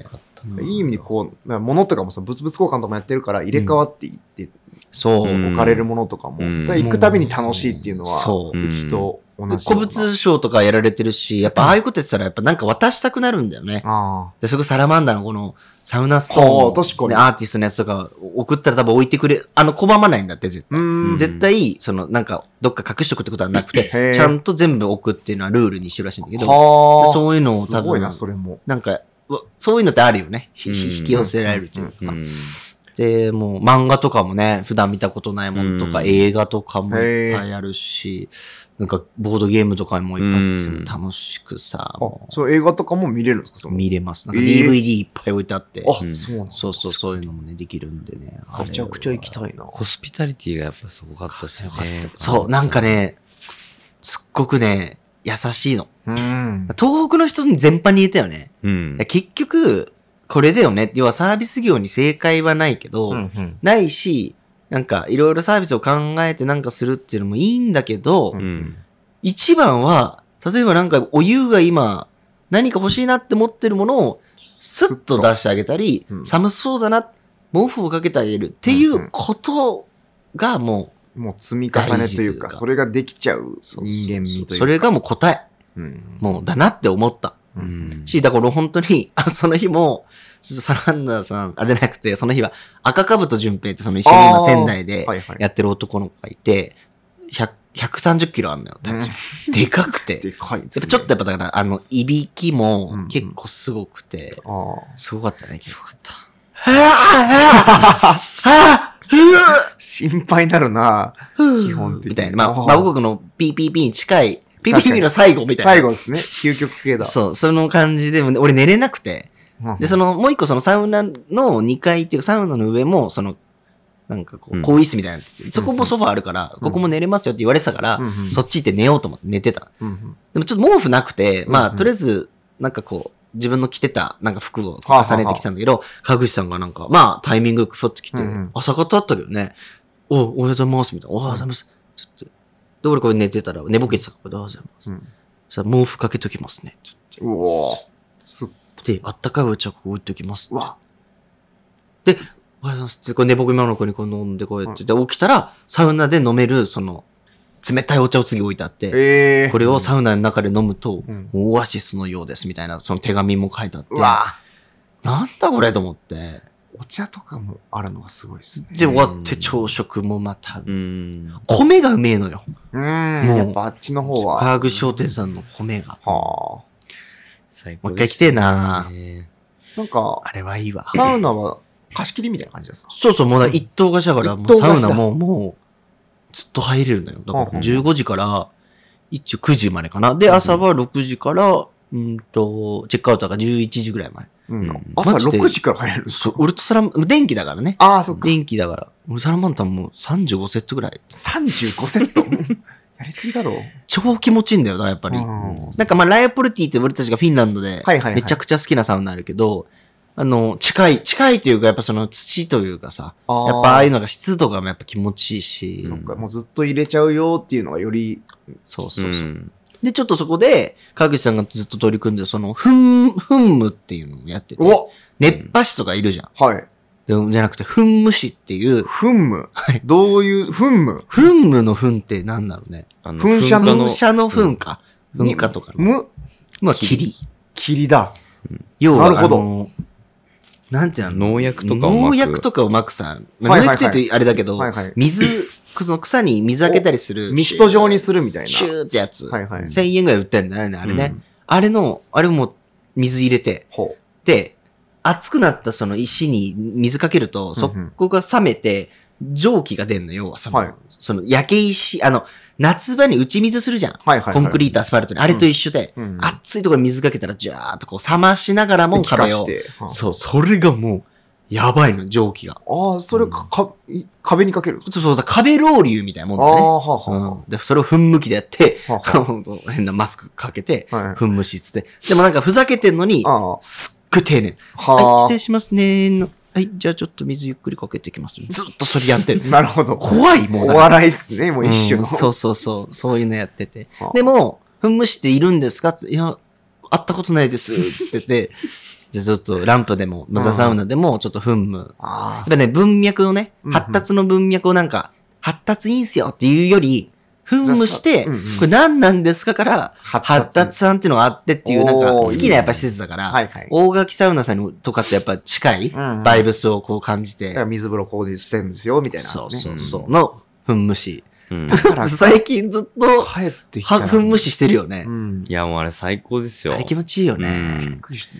C: いい意味にこう、なんか物とかもさ、物々交換とかもやってるから、入れ替わっていって、
B: そう。
D: うん
C: 置かれるものとかも、
D: うん
C: だから行くたびに楽しいっていうのは、
B: そう
D: うん
C: ちと
B: で
C: 同じような。
B: 古物商とかやられてるし、やっぱああいうことやってたら、やっぱなんか渡したくなるんだよね。
C: あ
B: で、そこサラマンダのこの、サウナスト
C: ああ確
B: ー
C: か
B: ン
C: に
B: のね、アーティストのやつとか送ったら多分置いてくれ、あの、拒まないんだって、絶
C: あ。う
B: 対。
C: ーん。
B: 絶対、その、なんか、どっか隠しとくってことはなく
C: へ
B: て
C: え、
B: ちゃんと全部置くっていうのはルールにしてるらしいんだけど、
C: はあ。
B: そういうのを
C: す
B: 多
C: ごい
B: 分、
C: な、それも。
B: なんか、うわそういうのってあるよね。ひ
D: うん
B: ひ引き寄せられるという
D: う
B: か。
D: ん
B: で、もう漫画とかもね、普段見たことないものとか、
D: うん
B: 映画とかもい
C: へ
B: っ
C: ー
B: ぱいあるし、なんかボードゲームとかもいっぱいあって、
D: うん
B: 楽しくさ、
C: あ
B: も、
C: そう、映画とかも見れるんですか、そ
B: うん見れます。なんか
C: えー
B: DVD いっぱい置いてあって、
C: あ、
D: うん
C: そうなんだ
B: そうそう、そういうのもね、できるんでね。あれは
C: めちゃくちゃ行きたいな。
D: ホスピタリティがやっぱすごかったですよね。
B: そう、なんかね、すっごくね、優しいの。
C: うん。
B: 東北の人に全般に言えたよね。
D: うん。
B: 結局、これだよね。要はサービス業に正解はないけど、ないし、なんかいろいろサービスを考えてなんかするっていうのもいいんだけど、
D: うん。
B: 一番は、例えばなんかお湯が今、何か欲しいなって持ってるものをスッと出してあげたり、
C: うん
B: 寒そうだな、毛布をかけてあげるっていうことがも
C: もう積み重ねというか
B: 大事というか
C: それができちゃう
B: う、
C: 人間味というか
B: それがもう答え、
C: うん
B: もうだなって思った。
D: うん
B: し、だから本当に、 [LAUGHS] あその日も、ちょっとサランダーさん、あ、じゃなくて、その日は赤かぶと淳平ってその一緒に
C: あ
B: 今
C: ー
B: 仙台で
C: はいはい
B: やってる男の子がいて、100 130キロあんのよ、体重でかくて。
C: でかいです
B: やっぱ
C: ね
B: ちょっとやっぱだから、あの、いびき
C: う
B: も
C: んうん
B: 結構すごくて、
C: ああ
B: すごかったね。すごか [LAUGHS] った。
C: 心配になるな基本的に
B: みたいな。まあ、
C: あー
B: バブ国の PPP に近い、PPP の最後みたいな。
C: 最後ですね究極系だ
B: そう、その感じで、俺寝れなくて。で、その、もう一個そのサウナの2階っていうか、サウナの上も、その、なんかこ
D: う
B: う、
D: ん
B: 更衣室みたいになってて、そこもソファーあるから、ここも寝れますよって言われてたから
C: うんうん、
B: そっち行って寝ようと思って寝てた。
C: うんうん
B: でもちょっと毛布なくて、
C: うん
B: ま
C: う
B: あ、
C: ん
B: とりあえず、なんかこう、自分の着てた、なんか服を重ねてきたんだけど、川口さんがなんか、まあ、タイミングよくふっと来て
C: うんうん、
B: 朝方あったけどね、おう、おはようございます、みたいな、おはようございます、ちょっと。で、俺これ寝てたら、寝ぼけてたから、おはようございます
C: うん。
B: そしたら毛布かけときますね。ちょ
C: うおーすっ
B: っとで、あったかいうちはここ置いときます。
C: うわ
B: で、おはようございますって、こう寝ぼけまの子にこう飲んでこうやって、で、起きたら、サウナで飲める、その、冷たいお茶を次置いてあって、
C: ええ
B: これをサウナの中で飲むと
C: うん、
B: オアシスのようです、みたいな、その手紙も書いてあって、
C: うわ
B: なんだこれと思って。
C: お茶とかもあるのがすごいですね
B: で、終わって朝食もまた
D: う。ん
B: 米がうめえのよ。
C: うん
B: もう
C: やっぱあっちの方
B: 科
C: は
B: 学商店さんの米が。
C: はあ
D: 最高
B: もう一回来てえな
D: ね
C: なんか
B: あれはいいわ。
C: サウナは貸し切りみたいな感じですか
B: そうそう、もうだから一等貸しだから、も
C: 一
B: う
C: 棟
B: サ
C: 貸
B: ウ
C: しだ
B: ナも、もう、ずっと入れるのよ。だか
C: うんうん
B: ら15時から、一応9時までかな。で、朝は6時から、うんと、チェックアウトが11時ぐらい前。
C: うん朝
B: マジで
C: 6時から入れるんです
B: そう
C: か、
B: 俺とサラマン、電気だからね。
C: ああそっか
B: 電気だから。俺サラマンタンもう35セットぐらい。
C: 35セット [LAUGHS] やりすぎだろ
B: 超気持ちいいんだよな、やっぱり。
C: うん
B: なんかまあ、ライアポルティって俺たちがフィンランドで
C: はいはいはい、
B: めちゃくちゃ好きなサウナあるけど、あの、近い、近いというか、やっぱその土というかさ、
C: あー
B: やっぱああいうのが湿度がやっぱ気持ちいいし、
C: そっかもうずっと入れちゃうよっていうのがより
B: そう
D: う
B: そうそう。
D: ん
B: で、ちょっとそこで、川口さんがずっと取り組んでる、その、ふん、ふんむっていうのをやってて、
C: お
B: 熱波師とかいるじゃん。
C: はい
B: でもじゃなくて、ふんむ師っていう、
C: 噴霧
B: はい
C: どういう噴霧
B: ふんむのふんってなんだろうね。
D: あの
C: 噴射の
D: 火
B: 噴射の噴火。噴火とかの。
C: む
B: まあ、霧。
C: 霧だ
B: 要は、
C: なるほど
B: あのなんていうの
D: 農薬とかをまく
B: 農薬とかをまくさ、ま
C: は
B: あ
C: い
B: 農
C: はいはい
B: 薬って言うとあれだけど、
C: はいはい
B: 水、その草に水あげたりする。
C: ミスト状にするみたい
B: シューシ
C: な
B: ューってやつ。
C: はいはい
B: 1000円ぐらい売ってんだよね、あれね。
D: うん
B: あれの、あれも水入れて、
C: ほ
B: で、熱くなったその石に水かけると、そこが冷めて、蒸気が出んの、要はその、
C: はい
B: その焼け石、あの、夏場に打ち水するじゃん。
C: うはいはいはい
B: コンクリート、アスファルトに。あれと一緒で、
C: うんうん
B: 熱いところに水かけたら、ジャーっとこう冷ましながらも
C: 気化
B: 壁を
C: し。ては
B: そう、それがもう、やばいの、蒸気が。
C: ああーそれかか壁にかける
B: そうそうだ、壁ロウリュみたいなもん
C: あ
B: だね。
C: あはあ
B: う
C: は
B: ん、で、それを噴霧器でやって、
C: あはあは
B: 変なマスクかけて、
C: あはい
B: 噴霧しっつって。でもなんかふざけてんのに
C: あ、あは
B: すっごい丁寧。はい、
C: あ。
B: 失礼しますねーの。はい、じゃあちょっと水ゆっくりかけてきます。ずっとそれやってる
C: なるほ
B: [LAUGHS]
C: ど。
B: 怖い、もう
C: お
B: だから。
C: 笑いっすね、もう一種
B: う
C: の。
B: んそうそうそう、そういうのやって
C: [LAUGHS]
B: て
C: はあ。
B: でも、噴霧しているんですかって、いや、会ったことないです、つってて。 [LAUGHS] じゃあちょっとランプでも、マザサウナでも、ちょっと噴霧や
C: あ
B: っぱね、文脈をね
C: うんう、ん
B: 発達の文脈をなんか、発達いいんすよっていうより、噴霧して、
C: うんうん
B: これ何なんですかから、
C: 発達
B: 発達さんっていうのがあってっていう、なんか、
C: おー
B: 好きなやっぱ施設だから、
C: あ。はいはい。
B: 大垣サウナさんとかってやっぱ近い、
C: うんうん
B: バイブスをこう感じて、
C: だから水風呂こうしてるんですよ、みたいなね。
B: そうそううそう、の、噴霧師。
D: うん
C: だから
B: 最近ずっと、は
C: 帰ってきたら。
B: 噴霧師してるよね
C: う。ん。
D: いやもうあれ最高ですよ
B: あれ気持ちいいよ
D: う
B: ね。
D: ん
C: びっくりして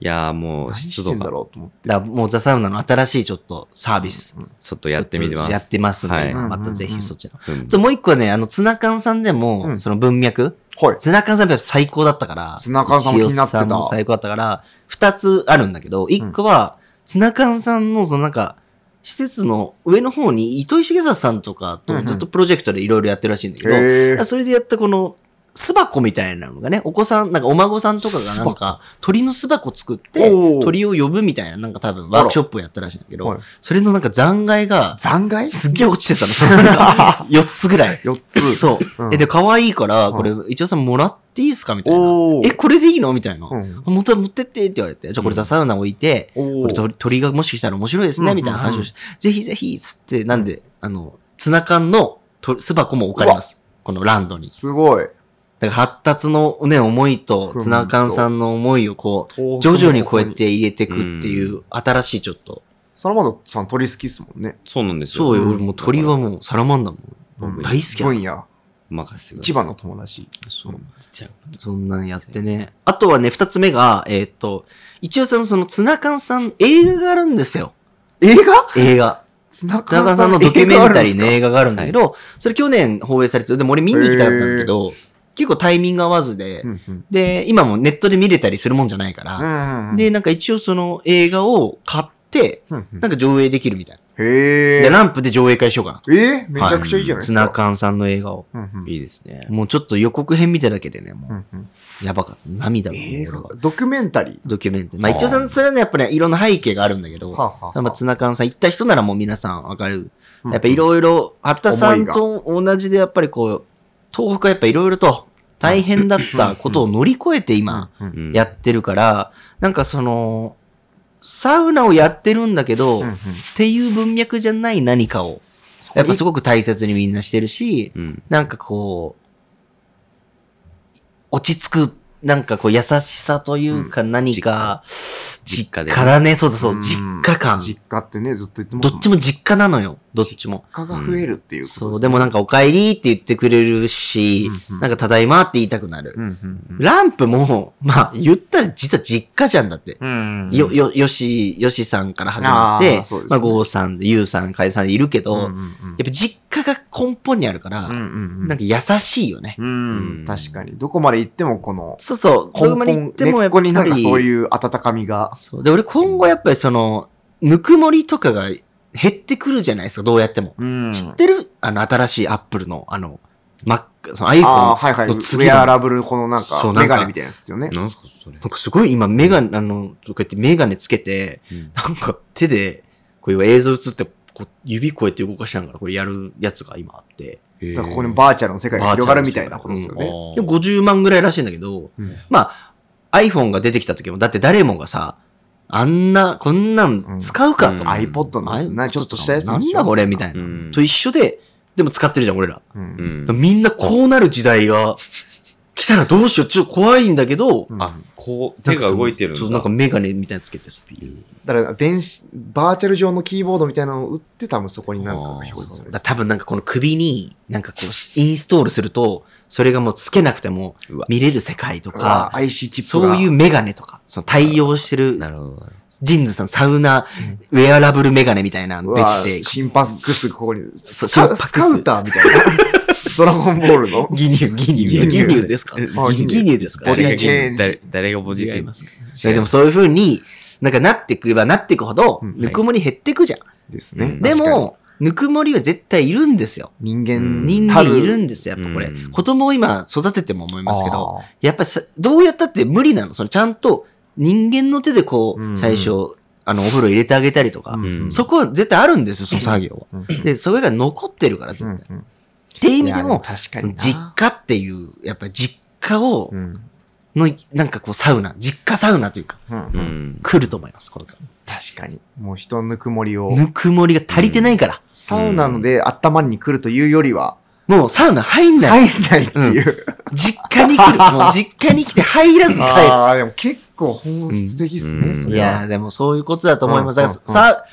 D: いやもう
C: 何
D: 湿
C: して
D: 度
C: んだ
D: が
C: ろうと思って。
B: だからもうザサウナの新しいちょっとサービス。
D: ちょっとやってみてます
B: やってますんで、
D: はい
B: 今またぜひそちら。
D: うん
B: ともう一個はね、あの、ツナ缶さんでも、
C: うん
B: その文脈、
C: はい。
B: ツナ缶さんやっぱ最高だったから、
C: ツナ缶さんも気になってた
B: 一応さんも最高だったから、二つあるんだけど、一個は、ツナ缶さんの、そのなんか、施設の上の方に糸井重里さんとか
C: うんう
B: と
C: ん
B: ずっとプロジェクトでいろいろやってるらしいんだけど、
C: へえ。
B: それでやったこの、巣箱みたいなのがね、お子さん、なんかお孫さんとかがなんか、鳥の巣箱作って、
C: おー
B: 鳥を呼ぶみたいな、なんか多分ワークショップをやったらしいんだけ
C: はい
B: ど、それのなんか残骸が、
C: 残骸
B: すっげえ落ちてたの、そのなん
C: [LAUGHS]
B: か4つぐらい。
C: 四つ。
B: そうう。
C: ん
B: え、で、可愛いから、
C: ん
B: これ、一応さんもらっていいですかみたいな。
C: お
B: え、これでいいのみたいな。
C: うん
B: もっと持ってってって言われて、じゃあこれザサウナ置いて、
C: お
B: これ鳥鳥がもし来たら面白いですね、
C: うん
B: みたいな話をして、ぜひぜひ、つって、なんで、あの、ツナ缶の鳥巣箱も置かれます。このランドに。
C: すごい。
B: だから発達のね、思いと、ツナ缶さんの思いをこう、徐々にこうやっ。て入れてくっていう、新しいちょっと。
C: サラマダさん鳥好きっすもんね。
D: そうなんですよ。
B: そうよ、
C: うん
B: 俺もう鳥はもうサラマンダーも
C: うん
B: 大好きだ
C: 分野。
D: 任せてください。
C: 一番の友達。
B: そう。じゃあそんなんやってね。あとはね、二つ目が、えーっ、と、一応さん、そのツナ缶さん、映画があるんですよ。
C: 映画
B: 映画。
C: ツナ
B: ツナ缶さんのドキュメンタリーの映画があるんだけど、それ去年放映されてて、でも俺見に行きたかったんだけど、結構タイミング合わずで、
C: うんうん
B: で、今もネットで見れたりするもんじゃないか
C: う
B: ら、
C: んうん。
B: で、なんか一応その映画を買って、
C: うんうん、
B: なんか上映できるみたいな。
C: へ
B: で、
C: え。
B: ランプで上映会しようかなと。
C: えーめちゃくちゃいいじゃない
B: ツ
C: ですか。
B: ナ缶さんの映画を。
C: うんうん
D: いいですね。
B: もうちょっと予告編見ただけでね、も
C: う
B: うん
C: うん
B: やばかった。涙がもう
C: 映
B: 俺
C: 画
B: は。
C: ドキュメンタリー。
B: ドキュメンタリー。まあ一応さ、それはね、やっぱり、ね、いろんな背景があるんだけど、
C: はあはあはあ
B: まあツナ缶さん行った人ならもう皆さんわかる。
C: うん
B: やっぱいろいろ、八田さんと同じでやっぱりこう、東北はやっぱいろいろと大変だったことを乗り越えて今
C: うん
D: うん
B: やってるから、なんかその、サウナをやってるんだけど、
C: うんうん
B: っていう文脈じゃない何かを、やっぱすごく大切にみんなしてるし、
D: うん。
B: なんかこう、落ち着く、なんかこう優しさというか何か、
D: 実家
B: 実家だね、そうだそう、
C: うん
B: 実家感。
C: 実家ってね、ずっと言ってます
B: どっち
C: もん。
B: も実家なのよ、どっちも。
C: 実家が増えるっていうこと
B: そう、でもなん
C: か、
B: かお帰りって言ってくれるし、
C: うんうん
B: なんかただいまって言いたくなる。
C: うんうん
B: ランプも、まあ言ったら実は実家じゃんだって。
C: うん。うん
B: よ、、よ、よし、よしさんから始まって、
C: あーそうです
B: ま
C: ね
B: あ、ゴーさんで、ゆうさん、かえさんでいるけど、
C: うんう
B: やっ
C: んうん。
B: ぱ実家が根本にあるから、
C: うんうんうん
B: なんか優しいよね。
C: うん
D: うん
C: 確かに。どこまで行ってもこの、
B: そうそう、
C: 根
B: どこまで行
C: 本
B: っ、ても
C: 根
B: やっ
C: っ
B: ぱ
C: こ
B: り、
C: になんかそういう温かみが。
B: そうで、俺今後やっぱりその、ぬくもりとかが減ってくるじゃないですか、どうやっても。
C: うん
B: 知ってるあの、新しいアップルの、あの、マック、その
C: あ
B: iPhone。
C: あ、はいはい。ウ
B: の次
C: ェ
B: だ
C: アラブル、このなんか
B: そう、なんか
C: メガネみたいなやつですよね。
D: なんすか、それ。
B: なんかすごい今、メガネ、あの、とか言ってメガネつけて、
D: うん
B: なんか手で、こういう映像映って、こう指こうやって動かしながらこれやるやつが今あって。
C: だからここにバーチャルの世界が広がるみたいなことですよね。
D: あ
B: で
D: ー
B: も50万ぐらいらしいんだけど、
C: うん
B: まあ、iPhone が出てきた時も、だって誰もがさ、あんな、こんなん使うかと。
D: うん
C: iPod のですねちょっとしたやつ
B: な
C: で
B: ん
C: すよ
B: だこれみたいな。
D: うん
B: と一緒で、でも使ってるじゃん、俺ら。
C: う。
D: うんん。
B: みんなこうなる時代が来たらどうしよう。ちょっと怖いんだけど、
C: うん
D: あ、こう、手が動いてるんだ。
B: そう、なんかメガネみたいなのつけてさ、ビュー
C: だから、電子、バーチャル上のキーボードみたいなのを打って、多分そこになんかが表示され
B: だ
C: る。
B: 多分なんかこの首に、なんかこう、インストールすると、それがもうつけなくても
D: うわ
B: 見れる世界と
C: うわ
B: か、
C: IC チップ
B: そ
C: が。
B: ういうメガネとか、その対応してる、
D: なるほど。
B: ジンズさん、サウナ、ウェアラブルメガネみたいな
C: う
B: の出
C: わ
B: てきて、
C: シンパックス、ここに。
B: そ
C: ス
B: シンパ
C: カ
B: ックス
C: スカウターみた
B: [LAUGHS]
C: いな。ドラゴンボールの。
B: ギニュー、ギニュー、
C: ギ
B: ギ
C: ニュー
B: ニューですか
C: あギニュー
B: ギニューですか
C: ボディチェンジ
D: 誰誰がボディチ
B: 違
D: ェ
B: い
D: ン
B: ま
D: ジ
B: すかそれでもそういう風に、なんかなっていけばなっていくほど、
C: うん
B: ぬくもり減っていくじゃん。
C: ですね。
D: うん
B: で
C: 確かに、
B: も、ぬくもりは絶対いるんですよ。
C: 人間
B: 人
C: た
B: 間
C: る
B: いるんですよ、やっぱこれ。
D: うん
B: 子供を今育てても思いますけど、
C: あー
B: やっぱりさどうやったって無理なの。そのちゃんと人間の手でこ
C: う
B: う、
C: ん
B: 最初、あの、お風呂入れてあげたりとか、
D: うん
B: そこは絶対あるんですよ、その作業は。
C: うん
B: で、それが残ってるから、絶
C: う
B: 対。
C: ん
B: っ
C: うん
B: ていう意
C: い
B: 味
C: や
B: で
C: で
B: も
C: も、確か
B: その
C: に
B: 実
C: な。
B: 家っていう、やっぱり実家を
C: う、ん
B: の、なんかこう、サウナ、実家サウナというか、
C: うん
D: う
C: うん
D: ん。
B: 来ると思います、これか
C: 確かに。もう人のぬくもりを
B: ら。。ぬくもりが足りてないから、
C: サウナので温まりに来るというよりは、
B: もうサウナ入んない。
C: 入んないって [LAUGHS] いう。
B: 実家に
C: [LAUGHS]
B: 来る。もう実家に来て入らず帰る。
C: ああ、でも結構本質的ですね、
D: うん
C: そ
B: い
C: れ
B: やー、
C: は。
B: でもそういうことだと思います。
C: うん
B: だから
C: うん
B: さ、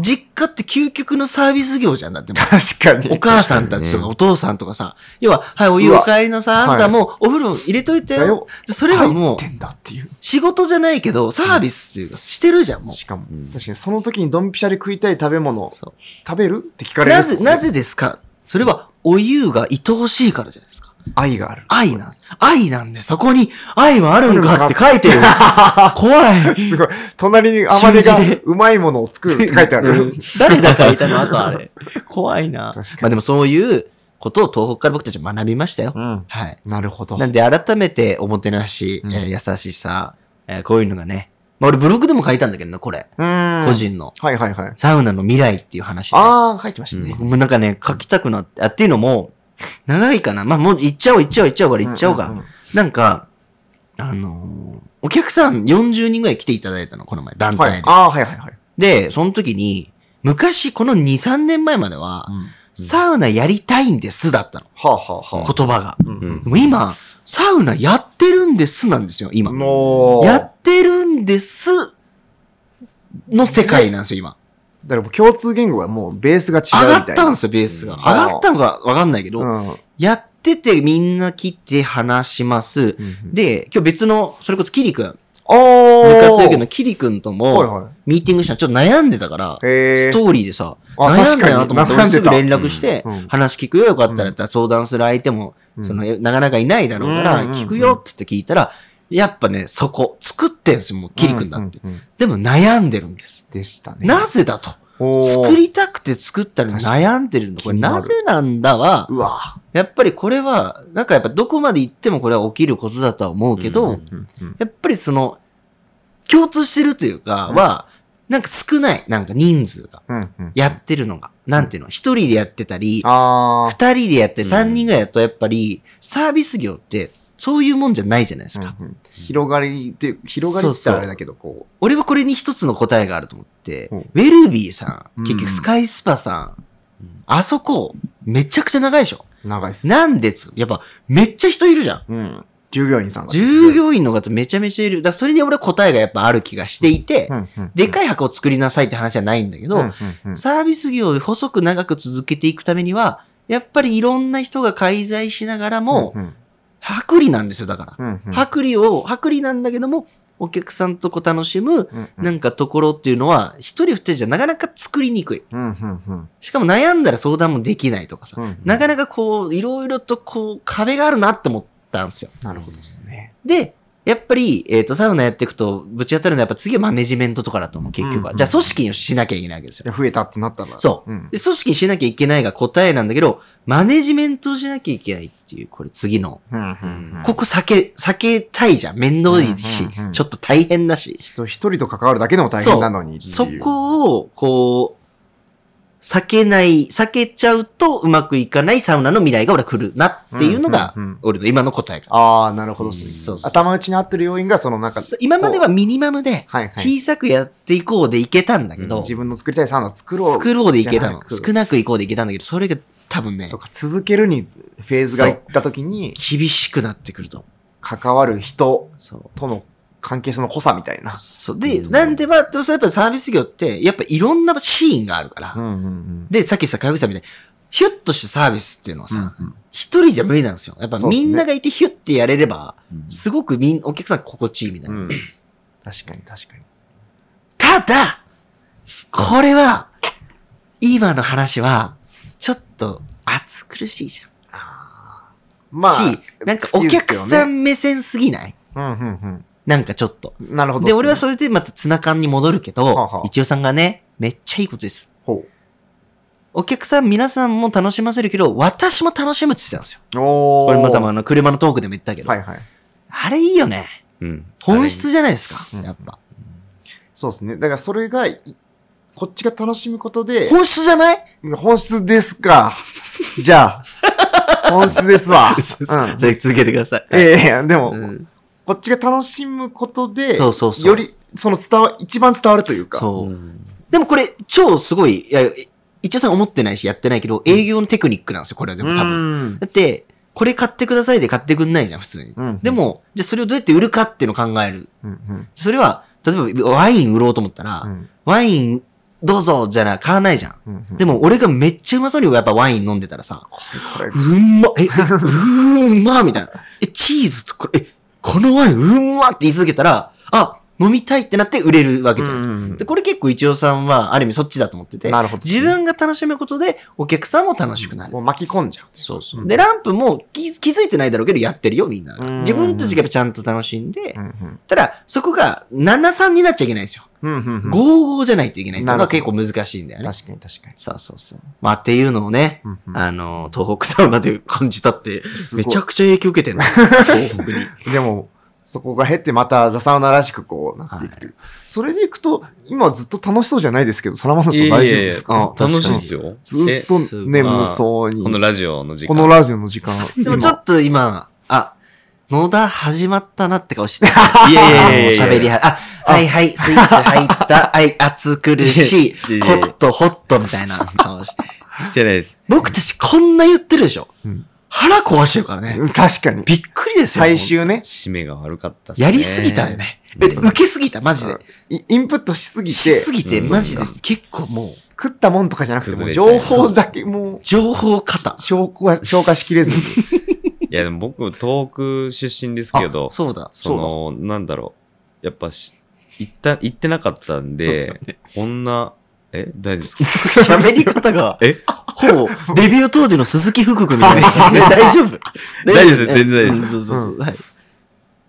B: 実家って究極のサービス業じゃんだって。
C: 確かに。
B: お母さんたちと
D: 確かに
B: か
D: ね
B: お父さんとかさ、要は、はい、お湯お帰りのさ、
C: うわ
B: あんたもうお風呂入れといて
C: だ
B: よ
C: よ。
B: でそれはもう
C: 入ってんだっていう。
B: 仕事じゃないけど、サービスっていうか、してるじゃん、もう。
C: しかも、
D: うん
C: 確かにその時にドンピシャで食いたい食べ物、
B: そ
C: 食べるって聞
B: う。
C: かれる
B: な
C: です
B: ぜ、
C: もんね
B: なぜですかそれは、お湯が愛おしいからじゃないですか。
C: 愛がある。
B: 愛なんです。愛なんで、そこに愛はあるんかって書いて
C: [LAUGHS]
B: る。怖い。
C: すごい。隣
B: [LAUGHS]
C: にあまりが
B: 習字で
C: うまいものを作るって書いて
B: [LAUGHS]
C: あ
B: うん
C: る。
B: 誰だかいたのあとあれ。怖いな。
C: 確かに
B: まあでもそういう、ことを東北から僕たちは学びましたよ。
C: うん。
B: はい。
C: なるほど。
B: なんで改めておもてなし、
C: うん
B: えー優しさ、えーこういうのがね。まあ、俺ブログでも書いたんだけどな、これ。
C: うん。
B: 個。人の。
C: はいはいはい。
B: サウナの未来っていう話で。
C: ああ、書いてましたね。
B: もうなんかね、書きたくなって、あっていうのも、長いかな。まあ、もう行っちゃおう、行っちゃおう、行っちゃおうから行っちゃおうが。
C: んんん。
B: なんか、あのーお客さん40人ぐらい来ていただいたの、この前、団
C: は
B: 体
C: い。
B: で。
C: ああ、はいはいはい。
B: で、その時に、昔、この2、3年前までは、サウナやりたいんですだったの、
C: はあはあはあ。
B: 言葉が。
C: うん
D: うん
B: でも今、サウナやってるんですなんですよ、今。
C: の
B: やってるんですの世界なんですよ、今。
C: だからもう共通言語がもうベースが違
B: 上
C: う
B: が
C: み
B: った
C: い
B: た
C: な。
B: んですよ、ベースが。
D: う
B: 上
D: ん
B: がったのかわかんないけど、
C: うん。
B: やっててみんな来て話します。で、今日別の、それこそキリ君、
C: お
B: 向
C: ー
B: かってるけど、キリ君と
C: はい
B: も、
C: は
B: ミーティングしたらちょっと悩んでたから、
C: い。へ
B: ス。
C: え
B: トーリーでさ、
C: あ
B: 悩んだなと思って、
C: 確か
B: 俺
C: に
B: すぐ連絡して
C: うんうん、
B: 話聞くよ、よかったらって相談する相手も、
C: うん
B: その、なかなかいないだろうから
C: う、ん
B: 聞くよって言って聞いたら、やっぱね、そこ、作ってんですよ、もう、キリ君だって。
C: うんうんうん
B: でも悩んでるんです。
C: でしたね。
B: なぜだと。
C: おー
B: 作りたくて作ったら悩んでるの。これ
C: 確かに
B: なぜなんだは、
C: うわ。
B: やっぱりこれは、なんかやっぱどこまで行ってもこれは起きることだとは思うけど、
D: うん
B: やっぱりその、共通してるというかは、なんか少ない、なんか人数が、
C: うんうん
B: やってるのが、なんていうの、一人でやってたり、
C: ああ。
B: 二人でやって
D: うん
B: 三人がやるとやっぱり、サービス業って、そういうもんじゃないじゃないですか。
C: うんうん広がりって、広がりって言ったらあれだけど、こ
B: 俺はこれに一つの答えがあると思って、
C: うん
B: ウェルビーさん、
C: うん
B: 結局スカイスパさん、あそこ、めちゃくちゃ長いでしょ。
C: う、長いっす。
B: なんです。やっぱ、めっちゃ人いるじゃん。
C: うん。従業員さんが。
B: 従業員の方めちゃめちゃいる。だからそれに俺は答えがやっぱある気がしていて、
C: 員
B: でかい箱を作りなさいって話じゃないんだけど、サービス業を細く長く続けていくためには、やっぱりいろんな人が介在しながらも、
C: うん
B: 薄利なんですよ、だから。
C: うんうん
B: 薄利を、薄利なんだけども、お客さんとこう楽しむ、
C: うんうん
B: なんかところっていうのは、一人二人じゃなかなか作りにくい。
C: うんうんうん
B: しかも悩んだら相談もできないとかさ、
C: うんうん
B: なかなかこう、いろいろとこう、壁があるなって思ったんですよ。
C: なるほどですね。
B: で、やっぱり、えっ、と、サウナやっていくと、ぶち当たるのはやっぱ次はマネジメントとかだと思う、結局は。
C: うんうん
B: じゃあ、組織をしなきゃいけないわけですよ。
C: で増えたってなったら。
B: そうんで、組織にしなきゃいけないが答えなんだけど、マネジメントをしなきゃいけないっていう、これ次の。
C: うんうんうん
B: ここ避け、避けたいじゃん。面倒いし、
C: うんうんうん
B: ちょっと大変だし。
C: 人一人と関わるだけでも大変なのにっていう。
B: そこを、こう、避けない、避けちゃうとうまくいかないサウナの未来が俺は来るなっていうのが
C: うんうんうん、
B: 俺の今の答えかな。
C: ああ、なるほどっす
B: そう
C: ね
B: そう。そう
C: 頭打ちに合ってる要因が、そのなんか、
B: そう今まではミニマムで、
C: はいはい。
B: 小さくやっていこうでいけたんだけど、
D: うん
C: 自分の作りたいサウナを作ろう。
B: 作ろうでいけた
C: じゃ
B: の
C: な。く
B: 少なくいこうでいけたんだけど、それが多分ね
C: そ、うか、続けるにフェーズがいった時に、
B: 厳しくなってくると思う。
C: 関わる人
B: そう。
C: との関係性の濃さみたいな。
B: そうで、なんでまあ、でもそれやっぱサービス業って、やっぱいろんなシーンがあるから、
C: んうんうん。
B: で、さっきさ、川口さんみたいに、ひゅっとしたサービスっていうのは
C: うんう
B: さ、
C: ん
B: 一、人じゃ無理なんですよ。やっぱ
C: そうっす
B: み
C: ね
B: んながいてひゅってやれれば、
D: うん
B: すごくみん、お客さん心地いいみたいな。
C: うん確かに確かに。
B: ただ、これは、今の話は、ちょっと、暑苦しいじゃん。
C: まあ、
B: し、なんかお客さん目線すぎない
C: うんうん
B: なんかちょっと。
C: うん。なるほどっすね。
B: で、俺はそれでまたツナ缶に戻るけ
C: はあは
B: ど
C: あ、
B: 一応さんがね、めっちゃいいことです。
C: ほ
B: お客さん皆さんも楽しませるけど、私も楽しむって言ってたんですよ。
C: う。おー
B: 俺またまあの車のトークでも言ったけど
C: は。いはい。
B: あれいいよね。
D: うん
B: 本質じゃないですか。
C: うん
B: やっぱ。
C: そうですね。だからそれが、いこっちが楽しむことで、
B: 本質じゃ [LAUGHS] ない
C: 本質ですか。じゃ
B: [LAUGHS]
C: あ、本質ですわ。うん
B: で続けてください。
C: ええでも、
B: うん
C: こっちが楽しむことで、
B: そうそうそう
C: より、その伝わ、一番伝わるというか。
D: う
B: そう。
D: ん
B: でもこれ、超すごい、いや、一応さん思ってないし、やってないけど、営業のテクニックなんですよ、これはで
C: う
B: も
C: ん
B: 多分。だって、これ買ってくださいで買ってくんないじゃん、普通に。
C: うん
B: で、も、じゃあそれをどうやって売るかっていうのを考える。
C: うんうん
B: それは、例えばワイン売ろうと思ったら、
C: うん
B: ワインどうぞじゃな、買わないじゃん。
C: うんうん
B: でも俺がめっちゃうまそうにやっぱワイン飲んでたらさ、
C: これ
B: う、んま、え、えうーんまみたいな。え、チーズとこれ、え、このワインうんまって言い続けたら、あ、飲みたいってなって売れるわけじゃないですか。
C: うんうんうん
B: でこれ結構一応さんはある意味そっちだと思ってて、
C: なるほど
B: 自分が楽しむことでお客さんも楽しくなる。
C: もう巻き込んじゃう。
B: そうそうう。
C: ん
B: で、ランプも気気づいてないだろうけどやってるよ、みんな
C: うんうんうん。
B: 自分たちがやっぱちゃんと楽しんで、
C: うんうん
B: ただ、そこが73になっちゃいけないんですよ。
C: うんうんうん
B: 55じゃないといけないっていうの
C: な
B: が
C: る
B: 結
C: ほ
B: 構難しいんだよね。
C: 確かに確かに。
B: そうそうそう。まあっていうのをね、
C: うんうん
B: あの、東北サウナで感じたって、
C: ご
B: め
C: い
B: ちゃくちゃ影響受けてるな。東北に。
C: でも、そこが減ってまたザサウナらしくこうなっていくという。それでいくと、今ずっと楽しそうじゃないですけど、サラマンさん大丈夫です
D: いえいえ
C: か
D: あ楽しいですよ。
C: ずっ
D: え
C: と眠そうに。
D: このラジオの時間。
C: このラジオの時間。
B: [LAUGHS] でもちょっと今、あ、野田始まったなって顔してた。
D: いやい [LAUGHS] やいやいや
B: 喋りは、あ、はいはい、スイッチ入 [LAUGHS] った、はい、熱苦しい、
D: いやいやい
B: ホ
D: や
B: ットホットみたいな顔して。 [LAUGHS]
D: してないです。
B: 僕たちこんな言ってるでしょ
C: うん。
B: 腹壊してるからね。
C: 確かに。
B: びっくりですよ。
C: 最終ね、
D: 締めが悪かったっすね
B: やりすぎたよ。ね。え受けすぎた、マジで。
C: イインプットしすぎ、
B: してすぎて、
D: うん
B: マジで結構もう、
C: 食ったもんとかじゃなくて、もう
D: 崩れちゃ
C: 情
D: いそう
C: 報だけもう、
B: 情報型。
C: 消化、消化しきれずに。
D: いや、でも僕、東北出身ですけど、
B: あそうだ。
D: その、なんだろう。やっぱし、行った、行ってなかったんで、こんな、え大丈夫です
B: [LAUGHS]
D: [LAUGHS] か
B: 喋り方が、
D: え
B: ほぼ、デビュー当時の鈴木福君みたいな。大丈夫
D: 大丈夫です全然大丈夫です
B: うんそうそうそうはい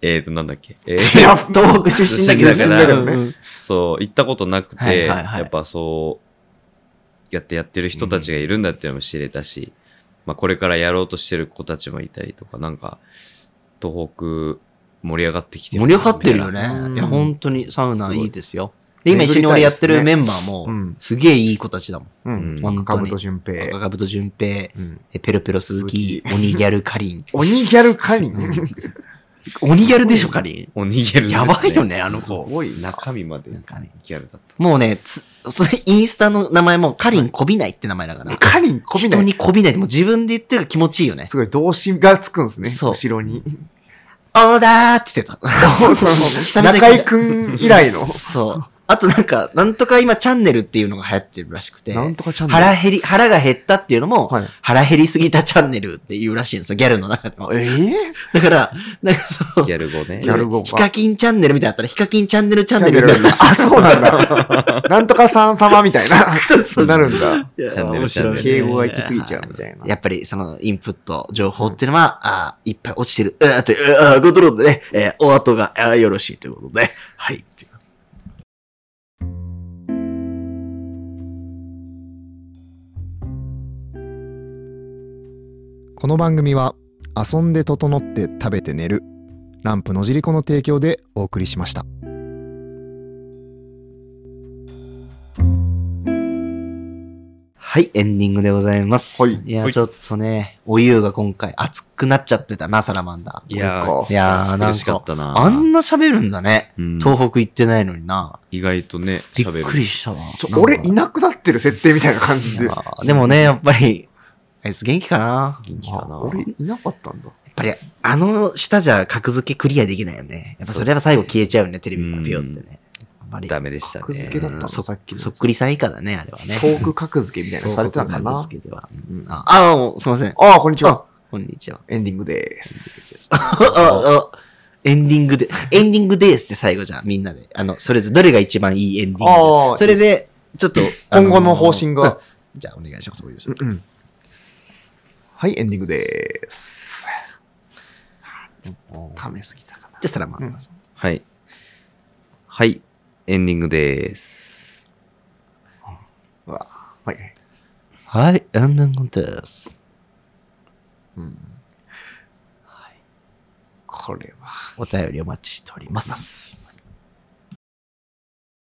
D: えーと、なんだっけえー
C: いや
B: 東北出身だけど。
D: 出身だ
C: から
B: うんうん
D: そう、行ったことなくて、
B: はいはいはい
D: やっぱそう、やってやってる人たちがいるんだっていうのも知れたし、まあこれからやろうとしてる子たちもいたりとか、なんか、東北盛り上がってきて
B: 盛り上がってるよ
D: ね。
C: う
B: ね。
C: ん
B: いや、本当にサウナいいですよ。で、
C: ごい
B: 今一緒に俺やってる
C: 巡り
B: メンバーも
C: う、ん。
B: すげえいい子たちだもん。
C: う
D: うん
C: ん。
B: 本当
C: 中
B: に
C: 本淳
B: 赤
C: 平。
B: かぶと淳平、
C: うん
B: えペロペロ鈴木、鬼ギャルかりん。
C: 鬼ギャルカリン。
B: 鬼ギャルでしょ、かり
D: お逃げ
B: ん。
D: るんです、
B: やばいよ。ね、あの子。
C: ごいな。
D: 中身まで
B: なんかね
D: ギャルだった。
B: もうね、つ、それインスタの名前も、かりんこびないって名前だから。
C: カリン、こびな
B: 人
C: い。
B: にこびないって、もう自分で言ってるから気持ちいいよね。
C: すごい、動詞がつくんですね。
B: そう
C: 後ろに。
B: オーダーって言ってた。久々に聞いた
C: 中井くん以来の。
B: そう。あとなんか、なんとか今チャンネルっていうのが流行ってるらしくて。
C: なんとかチャンネル。
B: 腹減り、腹が減ったっていうのも、
C: はい
B: 腹減りすぎたチャンネルっていうらしいんですよ、ギャルの中でも。
C: ええ
B: だから、なんかその
D: ギ、ャル語ね
C: ギ。ャル語
B: ヒカキンチャンネルみたいなのあったら、ヒカキンチャンネルチャン
C: チャ
B: ネ
C: ンネ
B: ル
C: ル
B: みたいな。
C: あ、そうな
B: [LAUGHS]
C: んだ。なんとかさん様みたいな。
B: そうそうそう
C: なるんだ。
B: いや
D: チャンネル
B: 面白いね
C: 敬語が行き過ぎちゃうみたいな。
B: やっぱりそのインプット、情報っていうのは、ああーいっぱい落ちてる。うーって、うーコントロールでね、えーお後があーよろしいということで、はい。
E: この番組は遊んで整って食べて寝るランプのじりこの提供でお送りしました。
B: はい、エンディングでございます。
C: はい
B: いや、ちょっとね、お湯が今回熱くなっちゃってたな、サラマンダー。
D: いや
C: そう
D: ー、
B: いやー、なん
D: 嬉しか
B: か
D: っ、たな。
B: あんな喋るんだね。
D: うん
B: 東北行ってないのにな。
D: 意外とね、
B: びっ
D: 喋る。
B: くりしたわ。
C: ちょ
B: なんか
C: 俺いなくなってる設定みたいな感じで。
B: あーでもね、やっぱり、あいつ元気かな
D: 元気か
C: あ
D: な。
C: 俺いなかったんだ。
B: やっぱり、あの下じゃ格付けクリアできないよね。やっぱそれは最後消えちゃうよね、テレビからピヨってね。あんまり。
D: ダメでしたね。
C: 格付けだったの
B: そ
C: さっきのやつ
B: そっくりさん以下だね、あれはね。
C: 遠く格付けみたいなのされてたんだ
B: 格
C: な。
B: 付けでは。
C: うんあ
B: あ、あもうすいません。
C: あ、こんにちは。
B: あ、こんにちは。
C: エンディングです。
B: あ、あ、エンディングで、エンディングですって最後じゃん、みんなで。あの、それぞれ、どれが一番いいエンディン
C: あ
B: グ
C: ー
B: それで、ちょっと、
C: 今後の方針が
B: あのー。うんじゃあ、お願いします。
C: うんうんはい、エンディングです。ためすぎたかな。
B: じゃあ、サラマンダーさん。
D: はい。はい。エンディングです。
C: うわはい。
B: はい、エンディングです。
C: これは。
B: お便りお待ちしております。